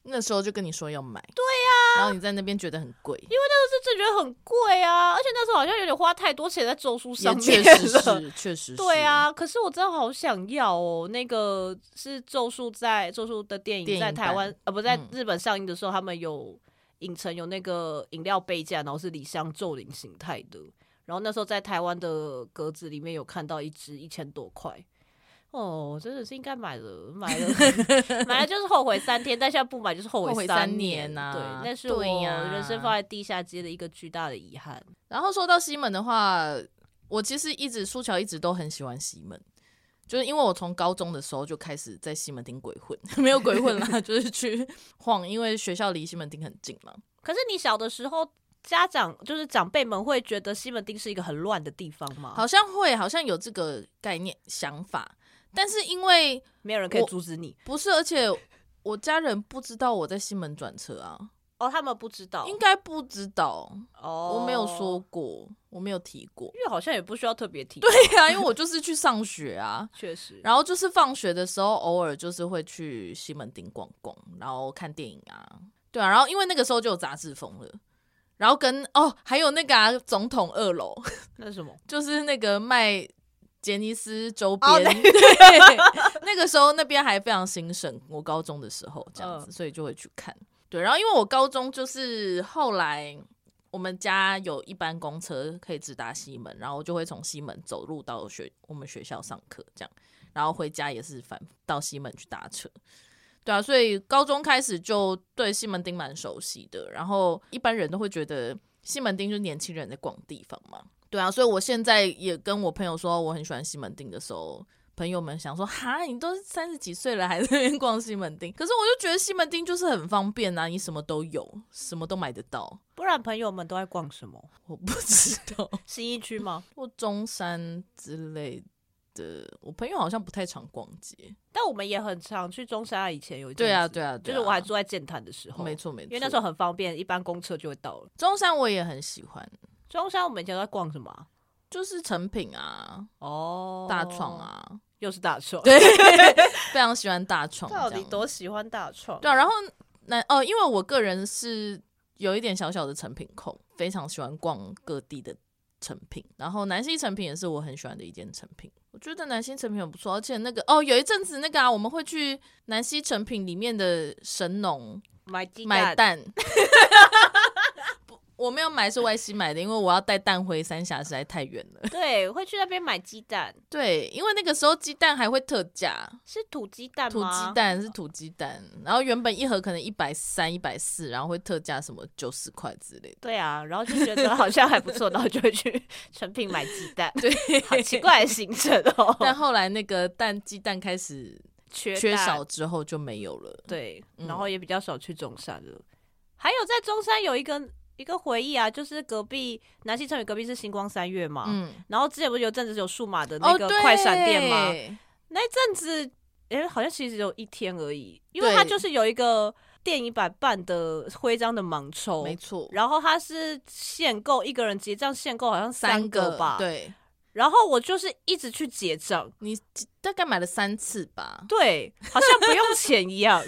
B: 那时候就跟你说要买，对呀、然后你在那边觉得很贵，
A: 但是这觉得很贵啊，而且那时候好像有点花太多钱在咒书上
B: 也
A: 面
B: 确实
A: 了
B: 是，确实是，
A: 对，啊，可是我真的好想要哦。那个是《咒术》在《咒术》的电影
B: 电影
A: 在台湾呃不在
B: 嗯
A: 日本上映的时候，他们有影城有那个饮料杯架，然后是李湘咒灵形态的。然后那时候在台湾的格子里面有看到一只一千多块。哦，真的是应该买了，买
B: *laughs*
A: 了，买了就是后悔三天，但现在不买就是后
B: 后
A: 悔
B: 悔三
A: 年
B: 年啊
A: 对，那是我
B: 对呀
A: 人生放在地下街的一个巨大的遗憾。
B: 然后说到西门的话，我其实一直苏乔一直都很喜欢西门，就是因为我从高中的时候就开始在西门町鬼混， *laughs* 没有鬼
A: *laughs*
B: 混啦，就是去晃，因为学校离西门町很近嘛。
A: 可是你小的时候，家长就是长辈们会觉得西门町是一个很乱的地方吗？
B: 好像会，好像有这个概念想法，但是因为
A: 没有人可以
B: 我
A: 阻止你
B: 不是，而且我家人不知道我在西门转车啊，
A: 哦，他们不知道，
B: 应该不知道，
A: 哦，
B: 我没有说，过，我没有提过。 *laughs*
A: 因为好像也不需要特别提，
B: 对呀、因为我就是去上学啊，
A: 确实，
B: 然后就是放学的时候，偶尔就是会去西门町逛逛，然后看电影啊，对啊，然后因为那个时候就有杂志风了，然后跟哦还有那个、啊、总统二楼， *laughs*
A: 那是什么？
B: 就是那个卖杰尼斯周边，
A: 哦
B: *laughs* 对，那个时候那边还非常兴盛，我高中的时候这样子，
A: 嗯
B: 所以就会去看。对，然后因为我高中就是后来我们家有一班公车可以直达西门，然后我就会从西门走路到学我们学校上课这样，然后回家也是反到西门去搭车。对啊，所以高中开始就对西门町蛮熟悉的，然后一般人都会觉得西门町就是年轻人在逛的地方嘛。对啊，所以我现在也跟我朋友说我很喜欢西门町的时候，朋友们想说哈，你都三十几岁了还在那边 *laughs* 逛西门町，可是我就觉得西门町就是很方便啊，你什么都有，什么都买得到。
A: 不然朋友们都在逛什么？
B: 我不知
A: *laughs*
B: 道，
A: 新一区吗？
B: 或中山之类的，我朋友好像不太常逛街。
A: 但我们也很常去中山啊，以前有一阵
B: 对啊，
A: 子
B: 对啊，
A: 就
B: 对啊
A: 是我还住在建潭的时候，
B: 没，错没错，
A: 因为那时候很方便，一般公车就会到了。
B: 中山我也很喜欢，
A: 中山我们以前都在逛什么啊？
B: 就是成品啊、
A: 哦，
B: 大创，啊，
A: 又是大创，
B: 对，非常喜欢大创。
A: 到
B: 这
A: 底
B: 样
A: 多喜欢大创？
B: 对啊，然后那哦，因为我个人是有一点小小的成品控，非常喜欢逛各地的成品。然后南溪成品也是我很喜欢的一间成品，我觉得南溪成品很不错，而且那个哦，有一阵子那个啊，我们会去南溪成品里面的神农
A: 买鸡
B: 买
A: 蛋，
B: 蛋。 *laughs* 不我没有买是外西买的，因为我要带蛋回三峡，实在太远了。 *laughs*
A: 对，会去那边买鸡蛋。
B: 对，因为那个时候鸡蛋还会特价，
A: 是土鸡蛋
B: 土
A: 吗？
B: 鸡蛋是土鸡蛋，然后原本一盒可能一百三、一百四，然后会特价什么九十块之类的。
A: *laughs* 对啊，然后就觉得好像还不错，然后就会去 *laughs* 成品买鸡蛋。对， *laughs* 好奇怪的行程
B: *laughs* 但
A: 哦，
B: 后来那个蛋鸡蛋开始
A: 缺
B: 啊缺
A: 蛋
B: 少之后就没有了。
A: 对，
B: 嗯
A: 然后也比较少去中山了。还有在中山有一个一个回忆啊，就是隔壁南西城与隔壁是星光三月嘛，
B: 嗯，
A: 然后之前不是有阵子有数码的那
B: 哦，
A: 个
B: 对
A: 快闪店吗？那一阵子，诶、好像其实只有一天而已，因为
B: 对
A: 它就是有一个电影版办的徽章的盲抽，
B: 没错，
A: 然后他是限购，一个人结账限购好像
B: 三
A: 个吧。。
B: 对，
A: 然后我就是一直去结账，
B: 你大概买了三次吧。
A: 对，好像不用钱一
B: *laughs*
A: 样，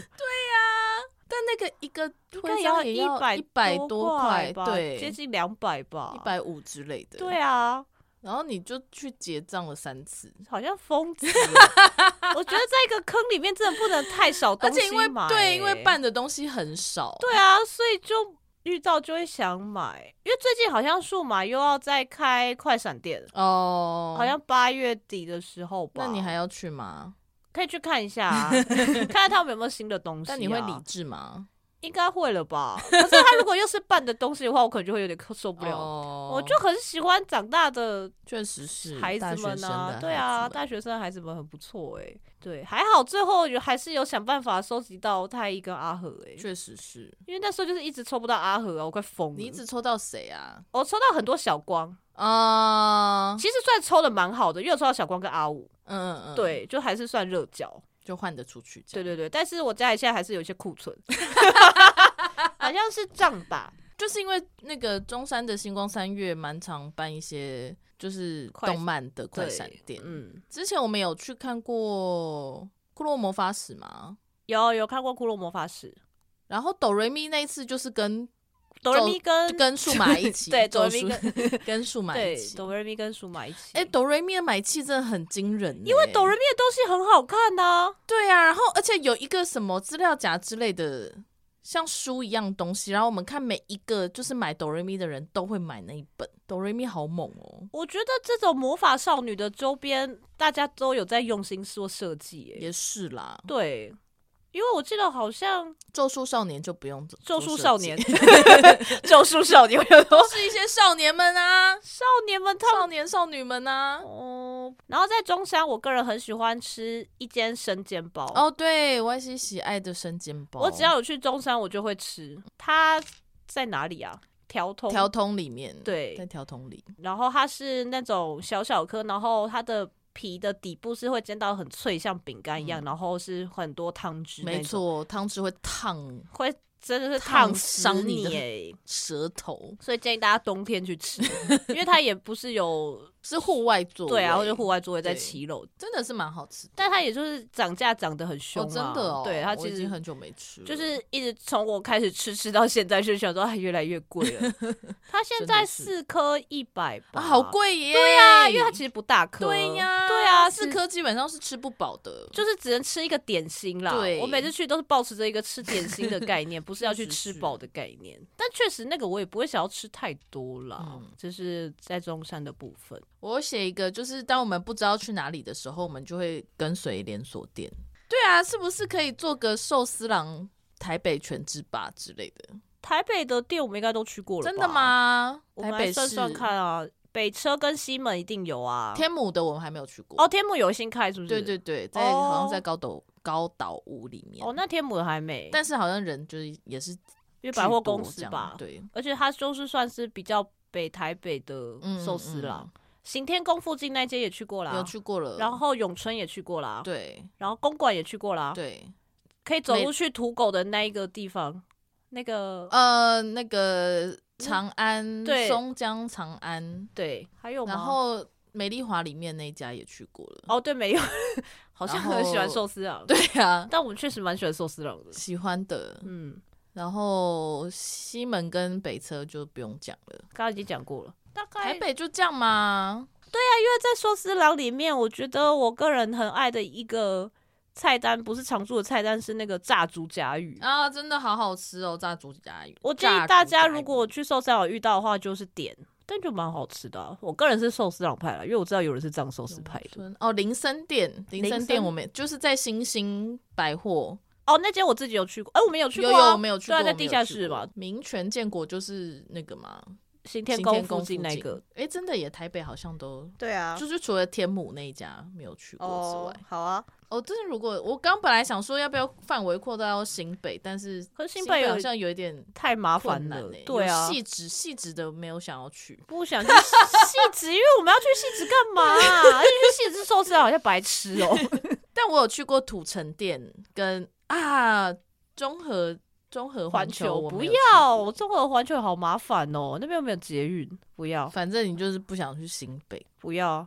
B: 但那个一个
A: 应该
B: 徽章也
A: 一
B: 要一
A: 百
B: 百
A: 多
B: 块，
A: 吧，
B: 对，
A: 接近两百吧，
B: 一。百五之类的。
A: 对，啊，
B: 然后你就去结账了三次。
A: 好像疯
B: *laughs*
A: 子哦。我觉得在一个坑里面真的不能太少
B: 而
A: 东西
B: 且因为
A: 买欸
B: 对，因为办的东西很少，
A: 对啊，所以就遇到就会想买，因为最近好像数码又要再开快闪店，
B: 哦，
A: 好像八月底的时候吧。
B: 那你还要去吗？ *laughs*
A: 可以去看一下、啊，看看他们有没有新的东西啊、
B: 但你会理智吗？
A: 应该会了吧？可是它如果又是拌的东西的话，我可能就会有点受不了。
B: 哦
A: 我就很喜欢长大的
B: 确实是
A: 孩
B: 大
A: 子
B: 学
A: 们
B: 生
A: 啊
B: 的，
A: 对
B: 孩
A: 啊，
B: 子们
A: 大学生的孩子们很不错哎、对，还好最后有还是有想办法收集到太一跟阿和哎、
B: 确实是。
A: 因为那时候就是一直抽不到阿和啊，我快疯了。
B: 你一直抽到谁啊？
A: 我抽到很多小光，
B: 啊、嗯
A: 其实算抽的蛮好的，因为我抽到小光跟阿五，
B: 嗯嗯，，
A: 对，就还是算热角。
B: 就换得出去这
A: 对
B: 样。
A: 对对，但是我家里现在还是有一些库 *laughs* 存，好像是账吧，
B: 就是因为那个中山的星光三月蛮常办一些就是
A: 快
B: 动漫的快
A: 对
B: 闪店。
A: 嗯，
B: 之前我们有去看过《库洛魔法使》吗？
A: 有有看过《骷髅魔法使》，
B: 然后哆瑞咪那一次就是跟
A: 哆瑞咪跟
B: 跟数码一起，
A: *laughs* 对哆
B: 咒
A: 瑞咪
B: 术
A: 跟
B: 跟数码一
A: 对
B: 起。
A: 哆瑞咪跟舒马一起。
B: 哎，哆瑞咪的买气真的很惊人欸、
A: 因为哆瑞咪的东西很好看呐、
B: 对啊，然后而且有一个什么资料夹之类的，像书一样东西，然后我们看每一个就是买哆瑞咪的人都会买那一本，哆瑞咪好猛哦，
A: 我觉得这种魔法少女的周边，大家都有在用心做设计耶、
B: 也是啦，
A: 对，因为我记得好像《
B: 咒术少年就不用做
A: 咒术少
B: 做设计 *laughs*
A: 年》，《咒术少年》有 *laughs* 多
B: 都是一些少年们啊，
A: 少年们 *laughs* 他们
B: 少年少女们啊。
A: 哦，然后在中山，我个人很喜欢吃一间生煎包。
B: 哦，对，Y C 喜爱的生煎包，
A: 我只要有去中山，我就会吃。它在哪里啊？条通。
B: 调通里面，，在
A: 对，
B: 调通里，
A: 然后它是那种小小颗，然后它的皮的底部是会煎到很脆，像饼干一样，
B: 嗯
A: 然后是很多汤汁。
B: 没，错，汤汁会烫
A: 会真的是
B: 烫
A: 烫
B: 死
A: 伤
B: 你
A: 你
B: 的
A: 耶。
B: *laughs* 舌头，
A: 所以建议大家冬天去吃，因为它也不是有
B: 是户外做，
A: 对啊，或者户外座位在
B: 对
A: 骑楼，
B: 真的是蛮好吃的。
A: 但它也就是涨价涨得很凶、
B: 哦，
A: 啊
B: 真的哦，
A: 对它
B: 我
A: 其
B: 已
A: 实
B: 经很久没吃了，
A: 就是一直从我开始吃吃到现在，就想说它越来越贵
B: *laughs*
A: 了。它现在四颗一百吧，
B: 啊，好贵耶！
A: 对呀、因为它其实不大颗。
B: 对呀、
A: 对呀、
B: 四
A: 四颗
B: 颗基本上是吃不饱的，
A: 就是只能吃一个点心啦。
B: 对
A: 我每次去都是保持着一个吃点心的概
B: *laughs*
A: 念，不是要去吃饱的概念。但确实那个我也不会想要吃太多啦，
B: 嗯
A: 就是在中山的部分。
B: 我写一个，就是当我们不知道去哪里的时候，我们就会跟随连锁店。对啊，是不是可以做个寿司郎台北全之吧之类的？
A: 台北的店我们应该都去过了，
B: 真的？吗？
A: 我
B: 台
A: 们
B: 北
A: 来
B: 市
A: 算算看啊，北车跟西门一定有啊。
B: 天母的我们还没有去过。
A: 哦，天母有新开是不是？
B: 对对。对，在、
A: 哦
B: 好像在高岛高岛屋里面。
A: 哦，那天母还没，
B: 但是好像人就是也是
A: 因为百货
B: 居多
A: 公司
B: 这样
A: 吧，
B: 对，
A: 而且它就是算是比较北台北的
B: 嗯
A: 寿司啦
B: 嗯。
A: 行天宫附近那间也去过啦，
B: 有去过了。
A: 然后永春也去过啦，
B: 对
A: 然后公馆也去过啦，
B: 对，
A: 可以走
B: 每
A: 路去土狗的那一个地方，那个、
B: 呃，那个长
A: 嗯
B: 安，
A: 对
B: 松江长安，
A: 对，还有吗？
B: 然后美丽华里面那一家也去过了。
A: 哦，对，没
B: *laughs*
A: 有，好像
B: 然后
A: 很喜欢寿司郎，，
B: 对啊，
A: 但我们确实蛮喜欢寿司郎的，
B: 喜欢的。
A: 嗯，
B: 然后西门跟北车就不用讲了，
A: 刚刚已经讲过了。大概
B: 台
A: 因为
B: 北就这样嘛。
A: 在寿司郎里面，我觉得我个人很爱的一个菜单，不是常驻的菜单，是那个炸竹夹鱼
B: 啊，真的好好吃哦，炸竹夹鱼。
A: 我建
B: 炸
A: 议
B: 竹
A: 大
B: 夹
A: 家
B: 鱼
A: 如果去寿司郎遇到的话，就是点，但就蛮好吃的啊、我个人是寿司郎派啦，因为我知道有人是藏寿司派的。
B: 村哦，林森店，林
A: 林
B: 森店
A: 森
B: 我们就是在新兴百货，
A: 哦，那间我自己有去过，哎、我们有去过、
B: 有
A: 啊，
B: 有没有去
A: 对
B: 过？
A: 啊在
B: 我没
A: 地
B: 有
A: 下
B: 去
A: 室
B: 过
A: 嘛，
B: 民权建国就是那个嘛，
A: 行天
B: 新
A: 宫
B: 附
A: 附近那
B: 近
A: 个。。
B: 哎、真的也台北好像都，
A: 对啊
B: 就是除了天母那一家没有去过之外，，
A: 好啊。
B: 哦，真的如果我刚本来想说要不要范围扩大到新北，但是
A: 可是
B: 新
A: 新北有
B: 好像有一点
A: 太麻
B: 困
A: 烦
B: 难
A: 了
B: 欸，
A: 对啊
B: 有，细致细致的没有想要去。
A: 不想去戏 *laughs* 子，因为我们要去戏子干嘛、
B: *laughs*
A: 啊？而且去戏子寿司郎好像白痴哦、
B: 但我有去过土城店跟啊中和中和
A: 环
B: 球，
A: 球
B: 我
A: 不
B: 没有去
A: 要，
B: 过
A: 中和环球好麻烦哦、那边有没有捷运？不要，
B: 反正你就是不想去新北。
A: 不要。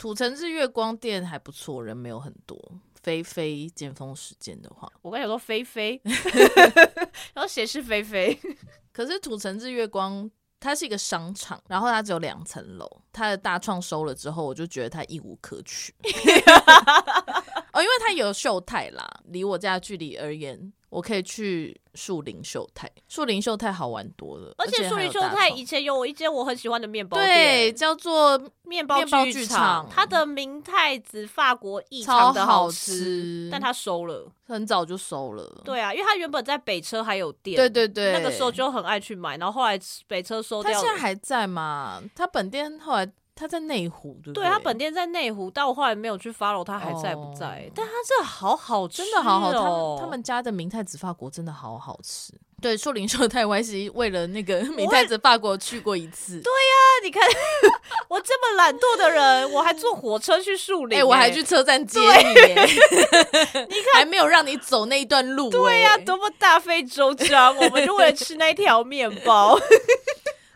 B: 土城日月光店还不错，人没有很多。菲菲尖峰时间的话，
A: 我刚想说菲 *laughs* 菲，然后谁是菲菲？
B: 可是土城日月光它是一个商场，然后它只有两层楼，它的大创收了之后，我就觉得它一无可
A: *laughs*
B: 取。哦，因为它有秀泰啦，离我家的距离而言，我可以去树林秀泰，树林秀泰好玩多了，
A: *laughs* 而且树
B: 还
A: 林
B: 有
A: 秀
B: 大
A: 泰
B: 床
A: 以前有我一间我很喜欢的面包
B: 对
A: 店，
B: 叫做
A: 面包
B: 面包剧
A: 剧
B: 场
A: 它的明太子法国异
B: 超
A: 常的
B: 好吃
A: 吃，但它收了。
B: 很早就收了，
A: 对啊，因为它原本在北车还有店，
B: 对对对，
A: 那个时候就很爱去买，然后后来北车收
B: 他
A: 掉
B: 现在
A: 了。
B: 还在吗？他本店后来他在内湖，对不
A: 对
B: 对
A: 它本店在内湖，但我后来没有去 follow 它还在不在。
B: 哦
A: 但它这好好吃、
B: 真的好好，他
A: 哦
B: 们他们家的明太子法国真的好好吃。对，树林秀太 Y C 为了那个明太子法国去过一次，对，
A: 那你看 *laughs* 我这么懒惰的人，我还坐火车去树林、欸
B: 哎、我还去车站接你耶， *laughs* 你看还没有让你走那一段路，哎
A: 对呀、
B: 呀、
A: 多么大费周章！我们就为了吃那条面包，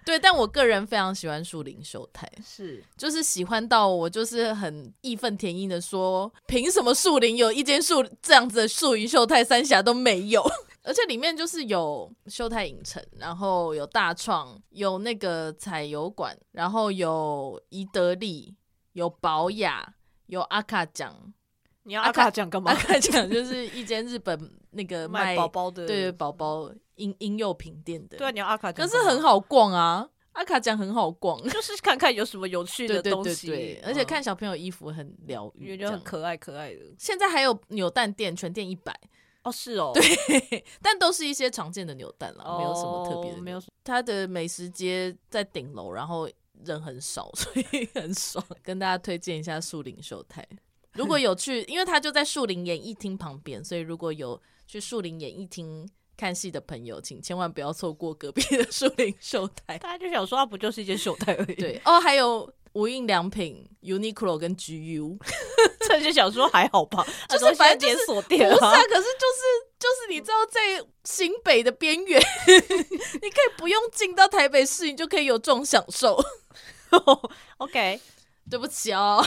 B: 对，但我个人非常喜欢树林秀太，
A: *laughs*
B: *laughs*
A: 是
B: 就是喜欢到我就是很义愤填膺的说，凭什么树林有一间树这样子的树林秀泰三峡都没有？ *laughs* 而且里面就是有秀泰影城，然后有大创，有那个彩油馆，然后有宜得利，有宝雅，有阿卡
A: *laughs*
B: 奖。
A: 你要
B: 阿
A: 阿
B: 卡
A: 卡讲干嘛
B: 阿？卡奖就是一间日本那个卖
A: 卖宝宝的，
B: 对宝宝婴婴幼品店的，
A: 对啊，，你要阿卡
B: 可
A: 酱干嘛，
B: 是很好逛啊，阿卡奖很好逛。
A: *laughs* 就是看看有什么有趣
B: 对
A: 的
B: 对
A: 东
B: 对
A: 西，
B: 对，而且
A: 嗯
B: 看小朋友衣服很疗
A: 也
B: 愈，
A: 觉得
B: 这
A: 很
B: 样
A: 可爱可爱的。
B: 现在还有扭蛋店，全店一百，
A: 哦，是哦，对，
B: 但都是一些常见的扭蛋啦，哦没有什么特别的。
A: 没有。
B: 它的美食街在顶楼，然后人很少， *laughs* 所以很爽。跟大家推荐一下树林秀泰，如果有去，因为它就在树林演艺厅旁边，所以如果有去树林演艺厅看戏的朋友，请千万不要错过隔壁的 *laughs* 树林秀泰。
A: 大家就想说，啊它不就是一件手袋而已？，
B: 对哦，还有无印良品、Uniqlo 跟 GU。
A: 这就想说还好吧，
B: 就是
A: 很多
B: 反正就
A: 现在连
B: 是
A: 锁店
B: 不是啊
A: 啊，，
B: 可是就是就是你知道，在新北的边缘， *laughs* 你可以不用进到台北市，你就可以有这种享受。 *laughs*
A: OK
B: 对不起哦，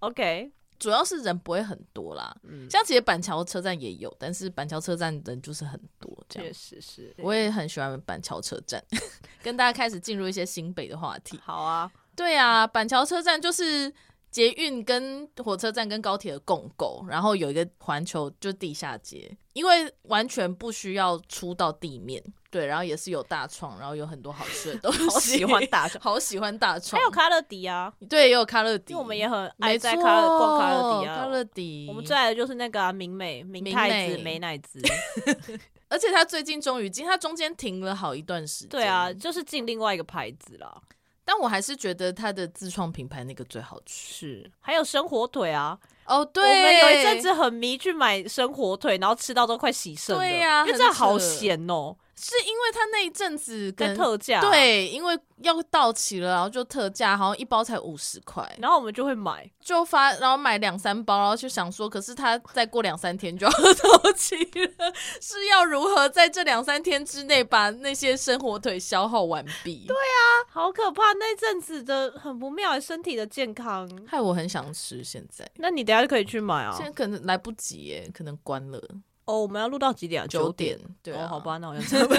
A: OK，
B: 主要是人不会很多啦。
A: 嗯，
B: 像其实板桥车站也有，但是板桥车站人就是很多这
A: 确
B: 样。
A: 实是，
B: 我也很喜欢板桥车站， *laughs* 跟大家开始进入一些新北的话题。
A: 好啊，
B: 对啊，板桥车站就是捷运跟火车站跟高铁的共构，然后有一个环球就地下街，因为完全不需要出到地面。对，然后也是有大创，然后有很多好吃的东
A: *laughs*
B: 西，
A: 好喜欢，大小，
B: *laughs* 好喜欢大创。
A: 还有卡乐迪啊，
B: 对，也有卡乐迪，
A: 因为我们也很爱
B: 没
A: 在
B: 错，
A: 卡乐逛卡乐迪
B: 卡
A: 啊。
B: 乐迪
A: 我们最爱的就是那个啊明美、明太子、
B: 明美
A: 美乃
B: *laughs*
A: 滋，
B: 而且他最近终于进，他中间停了好一段时间。
A: 对啊，，就是进另外一个牌子啦。
B: 但我还是觉得他的自创品牌那个最好吃。
A: 是，还有生火腿啊，
B: 哦，
A: 我
B: 对，
A: 们有一阵子很迷去买生火腿，然后吃到都快洗肾了，
B: 对呀
A: 因为真的
B: 很扯
A: 好咸哦、
B: 是因为他那一阵子
A: 在
B: 跟
A: 特价，，
B: 对，因为要到期了，然后就特价，好像一包才五十块，
A: 然后我们就会买，
B: 就发，然后买两三包，然后就想说，可是它再过两三天就要到期了，是要如何在这两三天之内把那些生火腿消耗完
A: *laughs*
B: 毕？对，
A: 啊好可怕！那阵子的很不妙，欸身体的健康。
B: 害我很想吃，现在、
A: 那你等一下就可以去买啊
B: 现。在可能来不及耶，可能关了
A: 哦，我们要录到几点啊？
B: 九
A: 点
B: 点。，对啊、
A: 哦，好，吧，那我
B: *laughs*
A: 要吃吧，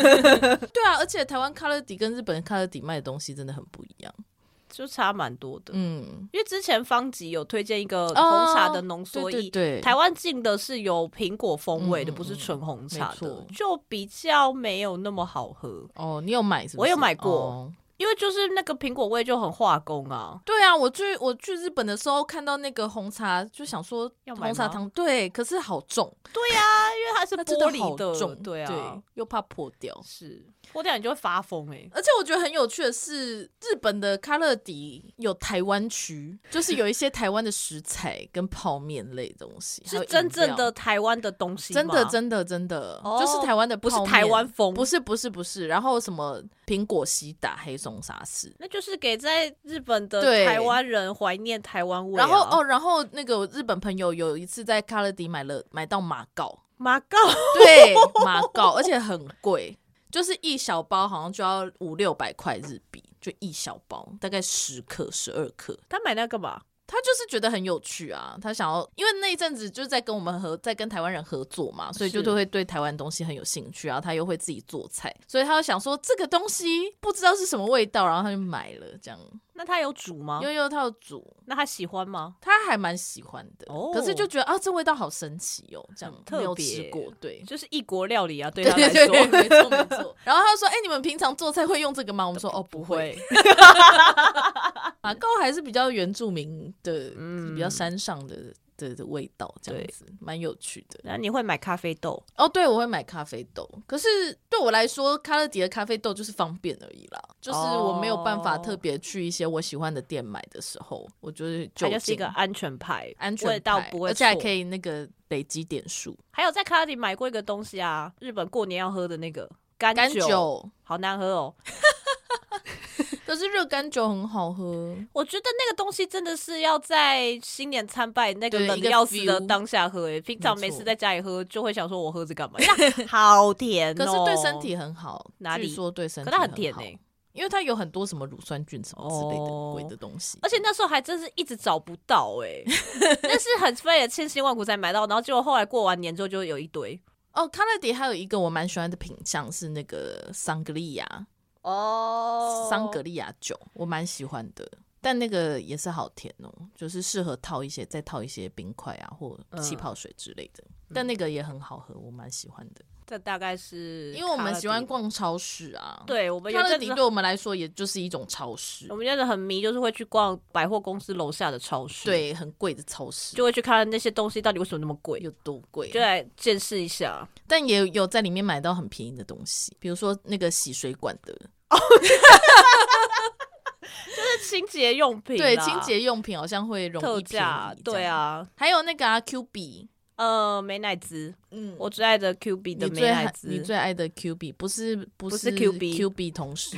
B: 对啊，而且台湾卡乐迪跟日本卡乐迪卖的东西真的很不一样，
A: *laughs* 就差蛮多的。
B: 嗯，
A: 因为之前方吉有推荐一个
B: 哦
A: 红茶的浓缩
B: 对
A: 液
B: 对，对，
A: 台湾进的是有苹果风味的，
B: 嗯嗯
A: 不是
B: 嗯
A: 纯红茶
B: 没
A: 的
B: 错，
A: 就比较没有那么好喝。
B: 哦，你有买是不是？
A: 我有买过
B: 哦
A: 因为就是那个苹果味就很化工啊，
B: 对啊，我去我去日本的时候看到那个红茶，就想说
A: 要买吗
B: 红茶糖对，可是好重，
A: 因为它
B: *laughs*
A: 是
B: 它真
A: 玻
B: 好
A: 璃的，
B: 重，
A: 对啊，
B: 又怕破掉。
A: 是破掉你就会发疯哎、
B: 而且我觉得很有趣的是，日本的卡乐迪有台湾区，就是有一些台湾的食材跟泡面类的东西，还有
A: 是
B: 饮
A: 真正的
B: 料，
A: 台湾的东西吗，
B: 真的真的真的，
A: 哦
B: 就是台湾的，
A: 不是台湾，风，
B: 不是不是不是，然后什么苹果西打黑松沙士，
A: 那就是给在日本的
B: 对
A: 台湾人怀念台湾味啊、
B: 然后哦，然后那个我日本朋友有一次在卡乐迪买了买到马告，
A: 马告， *laughs*
B: 对马告，而且很贵，就是一小包好像就要五六百块日币，就一小包，大概十克十二克。
A: 他买那个干嘛？
B: 他就是觉得很有趣啊，他想要，因为那一阵子就是在跟我们合，在跟台湾人合作嘛，所以就是会对台湾东西很有兴趣，然啊后他又会自己做菜，所以他就想说这个东西不知道是什么味道，然后他就买了这样。
A: 那他有煮吗
B: 因？为又他有煮，
A: 那他喜欢吗？
B: 他还蛮喜欢的，
A: 哦
B: 可是就觉得啊，这味道好神奇哦，这样
A: 特
B: 没有
A: 别
B: 吃过，对。
A: 就是异国料理啊，对
B: 对
A: 他来
B: 对对，
A: 说，
B: 没错没错。 *laughs* 然后他就说：“哎、你们平常做菜会用这个吗？”我们说：“哦，不会。” *laughs* 马告还是比较原住民的，
A: 嗯
B: 比较山上的的的味道，这样子蛮有趣的。
A: *laughs* 那你会买咖啡豆？
B: 哦，对，我会买咖啡豆，可是对我来说，卡乐迪的咖啡豆就是方便而已啦，就是我没有办法
A: 哦
B: 特别去一些我喜欢的店买的时候，我就是就
A: 它就是一
B: 近
A: 个安全牌，
B: 安全
A: 味道
B: 牌
A: 不会
B: 而且还
A: 错
B: 可以那个累积点数。
A: 还有在卡拉迪买过一个东西啊，日本过年要喝的那个干
B: 干酒
A: 好难喝哦。
B: 可是热干酒很好喝，
A: 我觉得那个东西真的是要在新年参拜那个
B: 对
A: 冷
B: 一
A: 得
B: 个
A: 要死的
B: feel
A: 当下喝、欸，平常
B: 没
A: 没
B: 错
A: 事在家里喝就会想说我喝这
B: *laughs*
A: 干嘛？呀好甜、
B: 可
A: 哦，
B: 是对身，体很好，
A: 哪里
B: 据说对身
A: 可
B: 体
A: 它
B: 好
A: 很甜哎、
B: 因为它有很多什么乳酸菌什么之类的
A: 哦
B: 鬼的东西，
A: 而且那时候还真是一直找不到
B: *laughs*
A: 哎、那是很费了千辛万苦才买到，然后结果后来过完年之后就有一堆
B: 哦，卡乐迪还有一个我蛮喜欢的品相是那个桑格利亚，
A: 哦
B: 桑格利亚酒，我蛮喜欢的。但那个也是好甜哦，就是适合套一些再套一些冰块啊或
A: 嗯
B: 气泡水之类的。但那个也很好喝，我蛮喜欢的，
A: 这大概是
B: 因为我
A: 卡
B: 们
A: 乐
B: 喜欢
A: 迪，
B: 逛超市啊。，
A: 对我们有
B: 卡乐
A: 阵
B: 迪
A: 子
B: 对我们来说也就是一种超市
A: 我，们真的很迷，就是会去逛百货公司楼下的超市，，
B: 对，很贵的超市，
A: 就会去看那些东西到底为什么那么贵，
B: 有多贵？啊
A: 就来见识一下。
B: 但也有在里面买到很便宜的东西，比如说那个洗水管的，
A: 是清洁用品，
B: 对，清。洁用品好像会容
A: 特
B: 易便
A: 价
B: 宜，，
A: 对，啊，
B: 还有那个啊 Q B，
A: 呃，美乃滋，
B: 嗯，
A: 我最爱的 Q B 的
B: 你
A: 美
B: 最
A: 乃
B: 爱
A: 滋，
B: 你最爱的 Q B 不是
A: 不
B: 不是
A: 是 QB
B: Q B
A: *laughs*
B: 同事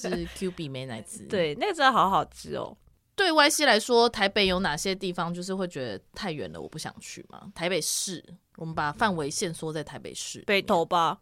B: 是 Q B 美乃滋。，
A: 对那个真的好好吃哦。
B: 对 Y C 来说，台北有哪些地方就是会觉得太远了，我不想去嘛？台北市，我们把范围限缩在台北市。
A: 北投 *laughs* 吧，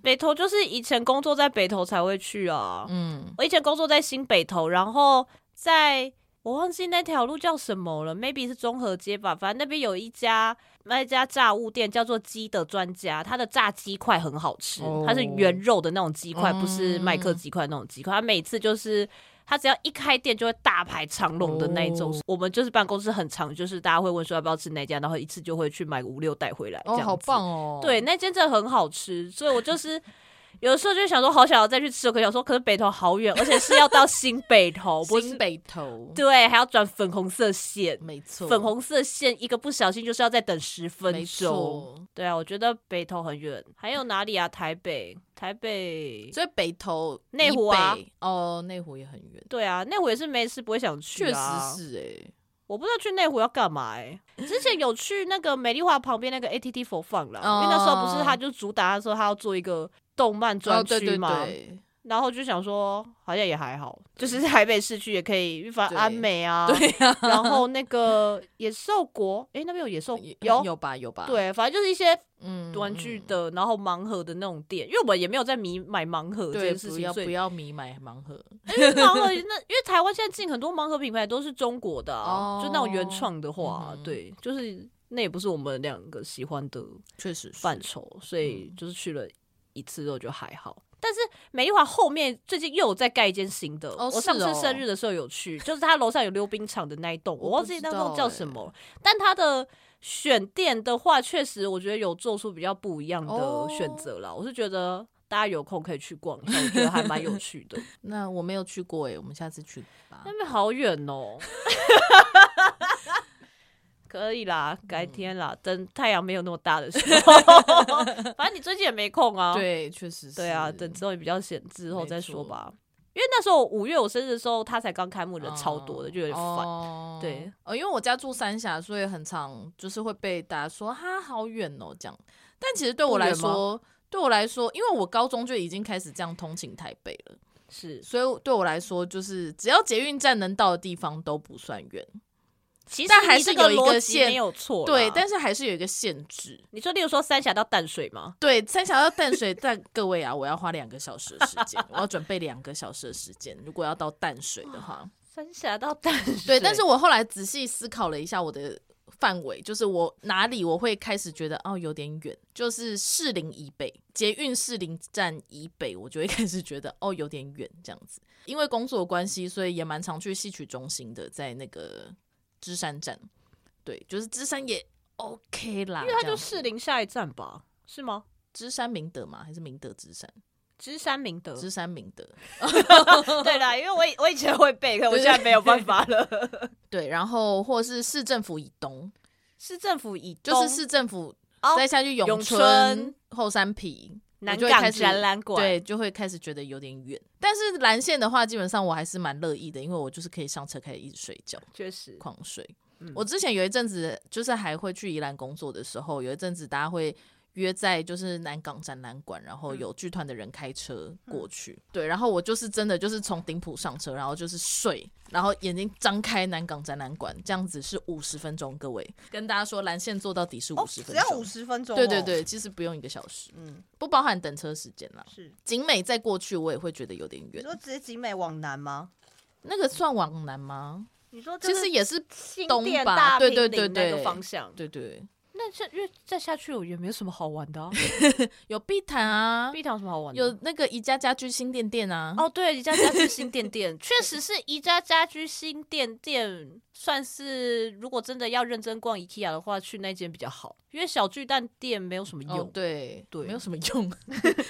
A: 北投就是以前工作在北投才会去啊。
B: 嗯，
A: 我以前工作在新北投，然后在我忘记那条路叫什么了，maybe 是中和街吧，反正那边有一家那一家炸物店叫做鸡的专家，它的炸鸡块很好吃，
B: 哦
A: 它是原肉的那种鸡块，
B: 嗯
A: 不是麦克鸡块那种鸡块，它每次就是。它只要一开店就会大排长龙的那一种
B: 哦
A: 我们就是办公室很长，就是大家会问说要不要吃那家，然后一次就会去买五六袋回来，这
B: 哦，
A: 样
B: 好
A: 子
B: 棒哦。
A: 对，，那间真的很好吃，所以我就是有的时候就想说，好想要再去吃，哦可想说，可是北投好远，而且是要到新北投，不
B: 新
A: 是
B: 北投，
A: 对，还要转粉红色线，
B: 没错，
A: 粉红色线一个不小心就是要再等十分
B: 没
A: 钟。
B: 错。
A: 对啊，我觉得北投很远，还有哪里啊？台北，台北，
B: 所以北投
A: 内湖啊
B: 以北，哦，内湖也很远，
A: 对啊，内湖也是没事不会想去、
B: 确
A: 啊，
B: 实，是哎、
A: 我不知道去内湖要干嘛哎、之前有去那个美丽华旁边那个 ATT 佛放啦，因为那时候不是他就主打他说他要做一个动漫
B: 哦，
A: 专
B: 对
A: 区
B: 对
A: 嘛，
B: 对，
A: 然后就想说，好像也还好，就是台北市区也可以，反正
B: 对
A: 安美啊，
B: 对啊，
A: 然
B: *laughs*
A: 后那个野兽国，诶，那边有野兽
B: 也
A: 有。
B: 有吧有吧，，
A: 对，反正就是一些
B: 嗯
A: 玩具的，然后盲盒的那种店，因为我们也没有在迷买盲盒这
B: 对，
A: 件事
B: 不
A: 情，
B: 要
A: 所
B: 不
A: 以
B: 要迷买盲盒，
A: 因为
B: *laughs*
A: 盲盒那因为台湾现在进很多盲盒品牌都是中国的、啊，就那种原
B: 哦
A: 创的话，
B: 嗯哼
A: 对，就是那也不是我们两个喜欢的
B: 确实是
A: 范畴，所以
B: 嗯
A: 就是去了一次之后就还好。但是美丽华后面最近又有在盖一间新的，
B: 哦
A: 我上
B: 是
A: 次
B: 哦
A: 生日的时候有去，就是它楼上有溜冰场的那一
B: *laughs*
A: 栋，
B: 我
A: 我忘
B: 不
A: 记
B: 知
A: 那栋
B: 道
A: 叫
B: 欸
A: 什么，但它的选店的话，确实我觉得有做出比较不一样的
B: 哦
A: 选择啦。我是觉得大家有空可以去逛一下，我觉得还蛮有趣
B: *laughs*
A: 的。
B: 那我没有去过哎、我们下次去吧
A: 那。边好远哦。 *laughs* 可以啦，
B: 嗯
A: 改天啦，等太阳没有那么大的时候。 *laughs* 反正你最近也没空啊。
B: 对，确实是。
A: 对啊，等之后你比较闲之后
B: 没
A: 再说
B: 错
A: 吧。因为那时候五月我生日的时候，他才刚开幕，人超多的，就有点烦。
B: 哦
A: 对，
B: 呃，因为我家住三峡，所以很常就是会被大家说哈好远哦这样。但其实对我
A: 不远
B: 来
A: 吗
B: 说，对我来说，因为我高中就已经开始这样通勤台北了，
A: 是，
B: 所以对我来说，就是只要捷运站能到的地方都不算远。
A: 其实
B: 但还
A: 你
B: 是
A: 这个
B: 有一
A: 逻
B: 个
A: 辑
B: 线
A: 没有错啦。
B: 对，但是还是有一个限制。
A: 你说，例如说三峡到淡水吗？
B: 对，三峡到淡水， *laughs* 但各位啊，我要花两个小时的时间，我要准备两个小时的时间。如果要到淡水的话，
A: 三峡到淡水，
B: 对，但是我后来仔细思考了一下我的范围，就是我哪里我会开始觉得哦有点远，就是士林以北，捷运士林站以北，我就会 *laughs* 开始觉得哦有点远这样子。因为工作的关系，所以也蛮常去戏曲中心的，在那个芝山站，对，就是芝山也 OK 啦，
A: 因为它
B: 这
A: 就
B: 样子
A: 士林下一站吧，是吗？
B: 芝山明德嘛，还是明德芝山？
A: 芝山明德，
B: 芝山明德，
A: 对啦，因为我以我以前会背，可我现在没有办法了。
B: 对，然后或者是市政府以东，
A: 市政府以
B: 就
A: 东
B: 是市政府
A: 哦
B: 再下去
A: 永
B: 永
A: 春
B: 春、后山皮、
A: 南
B: 我就会
A: 港
B: 开始
A: 展览馆，
B: 对，就会开始觉得有点远。但是蓝线的话，基本上我还是蛮乐意的，因为我就是可以上车可以一直睡觉，
A: 确实，
B: 狂睡。
A: 嗯
B: 我之前有一阵子就是还会去宜兰工作的时候，有一阵子大家会约在就是南港展览馆，然后
A: 嗯
B: 有剧团的人开车过去。对，然后我就是真的就是从顶埔上车，然后就是睡，然后眼睛张开南港展览馆，这样子是五十分钟。各位跟大家说，蓝线坐到底
A: 哦
B: 是五十分钟。
A: 十分钟哦
B: 对对，对，其实不用一个小时，
A: 嗯，
B: 不包含等车时间啦。
A: 是
B: 景美再过去，我也会觉得有点远。
A: 直接景美往南吗？
B: 那个算往南吗？
A: 你说
B: 其实也是，
A: 新
B: 东
A: 店
B: 吧
A: 大
B: 对
A: 坪
B: 对
A: 林
B: 对
A: 那个
B: 对
A: 方向，
B: 对对，
A: 那这因为再下去我也没有什么好玩的、 *laughs* 啊，
B: 有碧潭啊，
A: 碧塘有什么好玩的？
B: 有那个宜家家居新店店啊。
A: 哦，对，宜家家居新店 *laughs* 店确实是宜家家居新店店，算是如果真的要认真逛 IKEA 的话，去那间比较好，因为小巨蛋店没有什么用。
B: 哦对
A: 对
B: 没有什么用。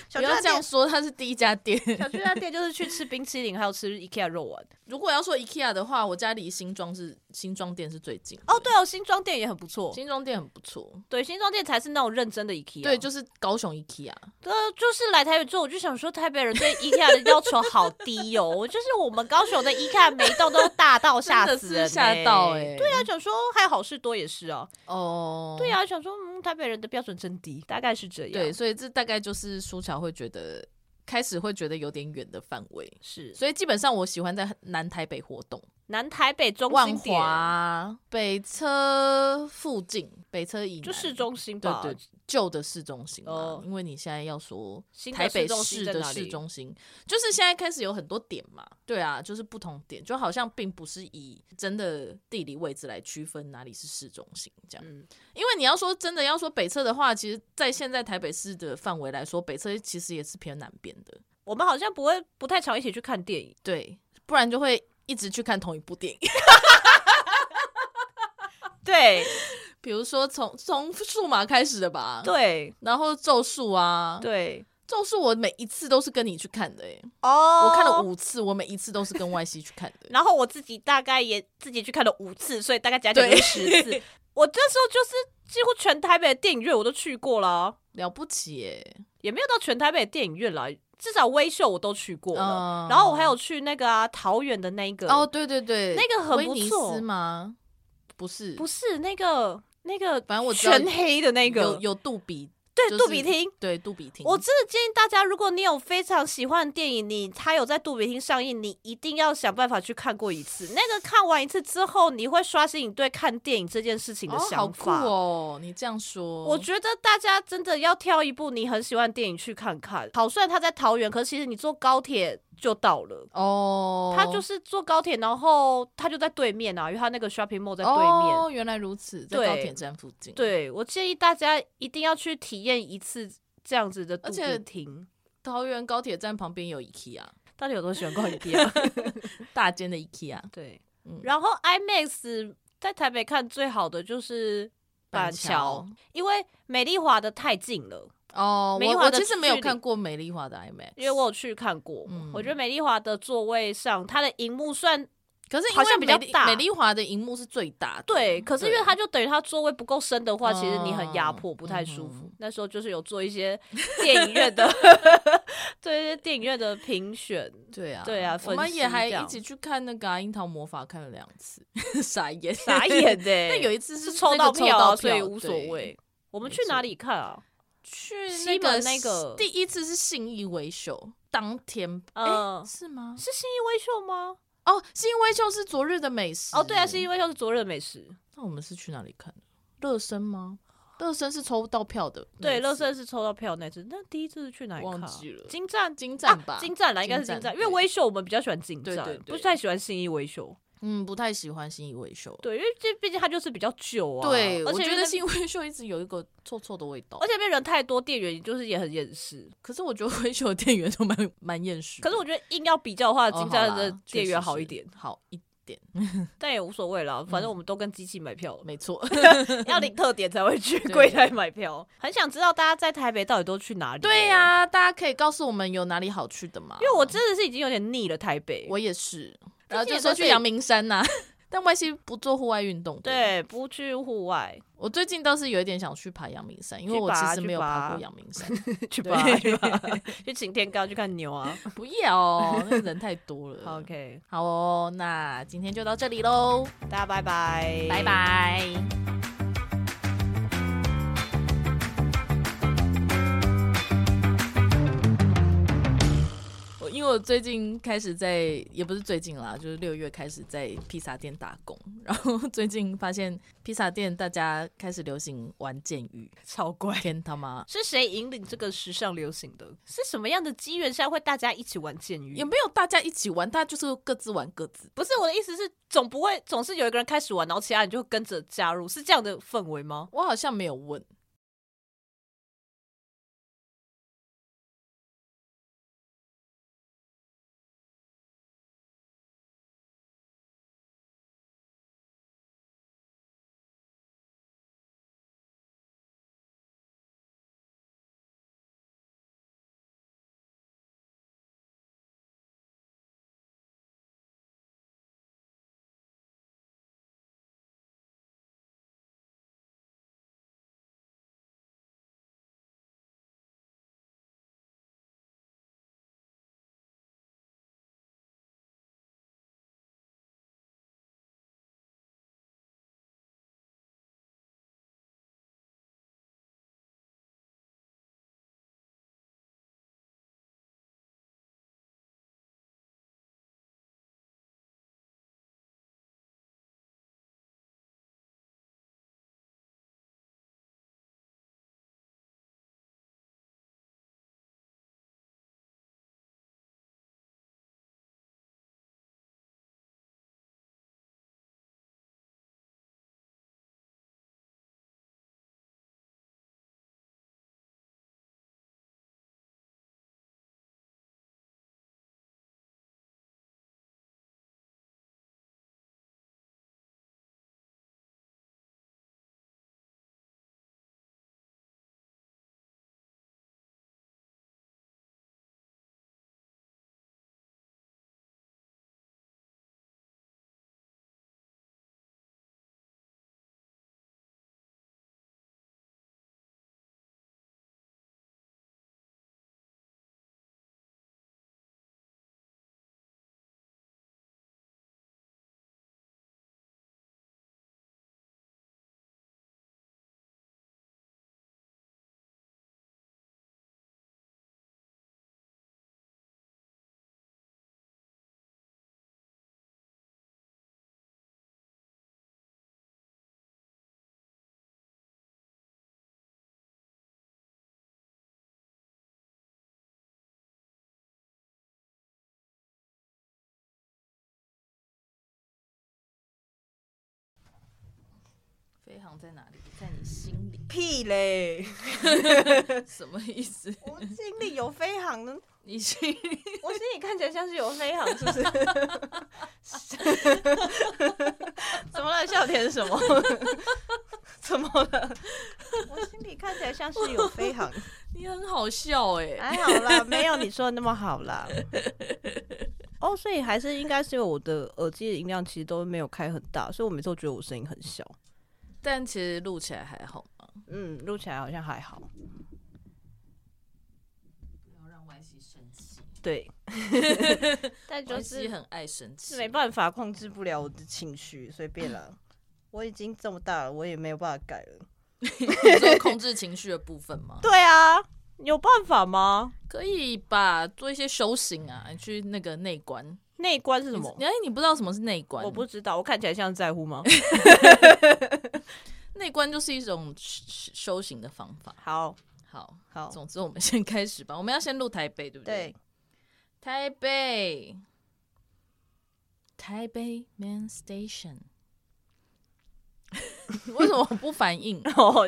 A: 小
B: 不
A: 巨
B: 要
A: 蛋
B: 这样
A: 店，
B: 说，它是第一家店。 *laughs*
A: 小巨蛋店就是去吃冰淇淋，还有吃 IKEA 肉丸。
B: 如果要说 IKEA 的话，我家离新庄是新庄店是最近。
A: *laughs* 哦，，对哦，新庄店也很不错。
B: 新庄店很不错。
A: 对，新庄店才是那种认真的 IKEA。啊
B: 对，就是高雄 IKEA。
A: 对，呃就是来台北之后，我就想说，台北人对 IKEA 的要求好低哦。就是我们高雄的 IKEA 每一栋都大到吓
B: 真的
A: 死
B: 是
A: 人、欸，
B: 吓到欸
A: 对啊，想说还有好事多也是啊。
B: 哦，
A: 对啊，想说嗯，台北人的标准真低，大概是这样。
B: 对，，所以这大概就是舒乔会觉得开始会觉得有点远的范围。
A: 是
B: 所以基本上我喜欢在南台北活动。
A: 南台北中
B: 万
A: 心点，
B: 华北车附近，北车以南
A: 哦就市中心
B: 对
A: 吧。
B: 对旧的市中心
A: 哦
B: 哦，因为你现在要说
A: 新的
B: 台北
A: 市中心
B: 市
A: 在
B: 的
A: 哪里
B: 市中心，就是现在开始有很多点嘛，对啊，就是不同点，就好像并不是以真的地理位置来区分哪里是市中心这样，
A: 嗯
B: 因为你要说真的要说北侧的话，其实在现在台北市的范围来说，北侧其实也是偏南边的，
A: 我们好像不会不太常一起去看电影，
B: 对，不然就会一直去看同一部电影。 *laughs*
A: 对
B: 比如说从从数码开始的吧，，
A: 对
B: 然后咒术啊，，
A: 对，
B: 咒术我每一次都是跟你去看的、欸，
A: 哦。
B: 我看了，五次，我每一次都是跟外西去看的
A: 然后我自己大概也自己去看了五次，所以大概加起来就是十
B: *laughs*
A: 次。我这时候就是几乎全台北的电影院我都去过了啊，
B: 了不起耶、
A: 也没有到全台北的电影院啦，至少微秀我都去过了。
B: 嗯
A: 然后我还有去那个啊桃园的那一个
B: 哦，，对对对，
A: 那个很
B: 威
A: 不
B: 尼
A: 错
B: 斯吗？不是，
A: 不
B: 是
A: 是那个那个，
B: 反正我知道
A: 全黑的那
B: 有
A: 个，
B: 有杜比，
A: 对、
B: 就是
A: 杜比厅。
B: 对杜比厅，
A: 我真的建议大家，如果你有非常喜欢的电影，你它有在杜比厅上映，你一定要想办法去看过一次。那个看完一次之后，你会刷新你对看电影这件事情的
B: 哦好
A: 想
B: 酷
A: 法。
B: 哦，你这样说，
A: 我觉得大家真的要挑一部你很喜欢的电影去看看。好，虽然它在桃园，可是其实你坐高铁就到了。
B: 哦，
A: 它就是坐高铁，然后它就在对面啊，因为它那个 shopping mall 在对面。
B: 哦，原来如此，在
A: 对
B: 高铁站附近，，
A: 对我建议大家一定要去体验一次这样子的杜
B: 而且
A: 比厅。
B: 桃园高铁站旁边有 IKEA，
A: 到底有多喜欢逛 IKEA？
B: 大间的 IKEA，
A: *laughs*
B: *laughs*
A: 对，
B: 嗯
A: 然后 IMAX 在台北看最好的就是板桥，因为美丽华的太近了，
B: 哦，
A: 美丽
B: 我
A: 华
B: 我
A: 的
B: 其实没有
A: 距离
B: 看过美丽华的 IMAX，
A: 因为我有去看过，
B: 嗯
A: 我觉得美丽华的座位上它的荧幕算
B: 可是因
A: 好像比
B: 为美
A: 较
B: 丽
A: 大
B: 美丽华的荧幕是最大的，
A: 对，可是因为
B: 对
A: 它就等于它座位不够深的话，其实你很压迫，
B: 哦
A: 不太舒服
B: 嗯。
A: 那时候就是有做一些电影院的，对一些电影院的评选，
B: 对啊
A: 对啊
B: 我
A: 分
B: 们
A: 析
B: 也还
A: 这样
B: 一起去看那个啊、樱桃魔法》，看了两次， *laughs* 傻眼
A: 傻眼的、
B: 但有一次
A: 是
B: 是
A: 抽
B: 那
A: 到
B: 个抽
A: 票啊、
B: 到
A: 所以
B: 票
A: 无所
B: 对
A: 谓。我们
B: 没
A: 去哪
B: 错
A: 里看啊？
B: 去
A: 西
B: 那个
A: 门那个
B: 第一次是信义维修，当天哎、
A: 嗯
B: 是吗？
A: 是新义威秀吗？
B: 哦，信义维修是昨日的美食
A: 哦啊
B: 嗯
A: 哦，对啊，新义威秀是昨日的美食，
B: 那我们是去哪里看的？乐生吗？乐生是抽到票的那一
A: 对，
B: 次，
A: 乐色是抽到票那次，那第一次是去哪里
B: 忘
A: 看啊？
B: 记了
A: 金站
B: 金站吧，
A: 啊，金站啦，应该是
B: 金
A: 金站，
B: 站
A: 因为
B: 对
A: 微秀我们比较喜欢金
B: 对
A: 站，
B: 对
A: 不
B: 对
A: 太喜欢信义微秀。
B: 嗯，不太喜欢新义维修。
A: 对，因为这毕竟它就是比较久啊，
B: 对，
A: 而
B: 我
A: 且因
B: 觉
A: 为
B: 得
A: 那
B: 新义维修一直有一个臭臭的味道
A: 而。且那边人太多，店员就是也很厌世。
B: 可是我觉得维修的店员都蛮蛮厌世的。
A: 可是我觉得硬要比较的话，
B: 哦
A: 金
B: 好
A: 站
B: 啦
A: 的
B: 确
A: 店
B: 实
A: 员好一
B: 是嗯
A: 点，
B: 好一点，
A: 但也无所谓啦，反正我们都跟机器买票了，*laughs*
B: 没错。
A: 要领特点才会去
B: 对
A: 柜台买票。很想知道大家在台北到底都去哪里？
B: 对、呀、大家可以告诉我们有哪里好去的吗？
A: 因为我真的是已经有点腻了台北。
B: 我也是，然后就
A: 也
B: 说
A: 都
B: 去
A: 是
B: 阳明山呐、 *laughs* 但外星不做户外运动。，
A: 对，不去户
B: *laughs*
A: 外，
B: 我最近倒是有一点想去爬阳明山，因为
A: 去
B: 我其
A: 吧
B: 实
A: 去
B: 没有爬
A: 吧
B: 过阳明山。 *laughs*
A: 去
B: 对
A: 吧，去吧， *laughs* 去擎天岗去看牛
B: *laughs*
A: 啊。
B: 不要，哦那人太多了。
A: *laughs* 好 OK，
B: 好哦，那今天就到这里喽，
A: 大家拜拜，
B: 拜。拜。我因为我最近开始在，也不是最近啦，就是六月开始在披萨店打工，然后最近发现披萨店大家开始流行玩剑鱼，
A: 超怪。
B: 天他妈！
A: 是谁引领这个时尚流行的？是什么样的机缘下会大家一起玩剑鱼？
B: *laughs* 也没有大家一起玩，大家就是各自玩各自。
A: 不是我的意思是，总不会总是有一个人开始玩，然后其他人就会跟着加入，是这样的氛围吗？
B: 我好像没有问。飞航在哪里？在你心里
A: 屁 *laughs* 嘞！
B: *laughs* 什么意思？
A: 我心里有飞 *laughs* 航呢，
B: 你心里
A: 我心里看起来像是有飞航， *laughs* 是不是？怎么了？笑点是 *laughs* 什么？怎么了？我心里看起来像是有飞 *laughs* 航，
B: 你很好笑哎、
A: 还好啦，没有你说的那么好 *laughs* 啦。哦，所以还是应该是因为我的耳机的音量其实都没有开很大，所以我每次都觉得我声音很小。
B: 但其实录起来还好嘛。
A: 嗯，录起来好像还好。
B: 不要让 Y C 生气
A: 对， *laughs* 但就
B: ，Y C
A: 是
B: 很爱生气
A: 是。没办法控制不了我的情绪，随便啦。我已经这么大了，我也没有办法改了。
B: 你说控制情绪的部分吗？
A: 对啊，有办法吗？
B: 可以吧，做一些修行啊，你去那个内观。
A: 内观是什么
B: 你？哎，你不知道什么是内
A: *laughs*
B: 观？
A: 我不知道，我看起来像在乎吗？
B: 内观就是一种修修行的方法。
A: 好
B: 好，
A: 好，
B: 总之我们先 *laughs* 开始吧。我们要先录台北，对不对？
A: 对，
B: 台北，台北 Main Station。为什么我不反应？ *laughs*
A: 然后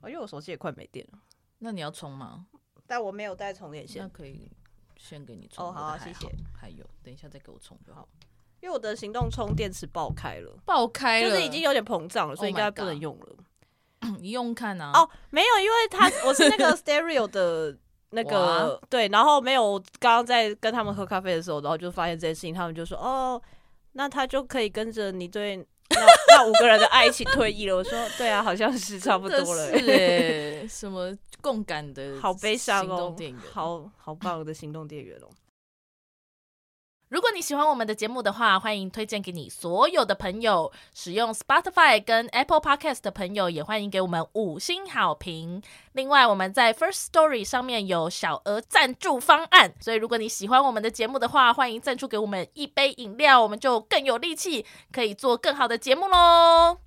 A: 哦因为我手机也快没电了，
B: 那你要充吗？
A: 但我没有带充电线
B: 那，可以先给你充。
A: 哦好啊
B: 我的还
A: 谢谢。
B: 还有，等一下再给我充就好。
A: 因为我的行动充电池爆开了，
B: 爆开
A: 就
B: 了，
A: 是已经有点膨胀了，所以
B: Oh
A: 应
B: my
A: 该不
B: God
A: 能用了。
B: 你用看啊。
A: 哦，没有，因为他我是那
B: *laughs*
A: 个 stereo 的那个对，然后没有，我刚刚在跟他们喝咖啡的时候，然后就发现这件事情，他们就说哦，那他就可以跟着你对那那五个人的爱情退役了。我说对啊，好像是差不多了、
B: 真的是哎， *laughs* 什么共感的，
A: *laughs* 好悲伤
B: 行
A: 哦
B: 动电源，
A: 好好棒的行动电源哦！
B: 如果你喜欢我们的节目的话，欢迎推荐给你所有的朋友。使用 Spotify 跟 Apple Podcast 的朋友，也欢迎给我们五星好评。另外，我们在 First Story 上面有小额赞助方案，所以如果你喜欢我们的节目的话，欢迎赞助给我们一杯饮料，我们就更有力气，可以做更好的节目喽。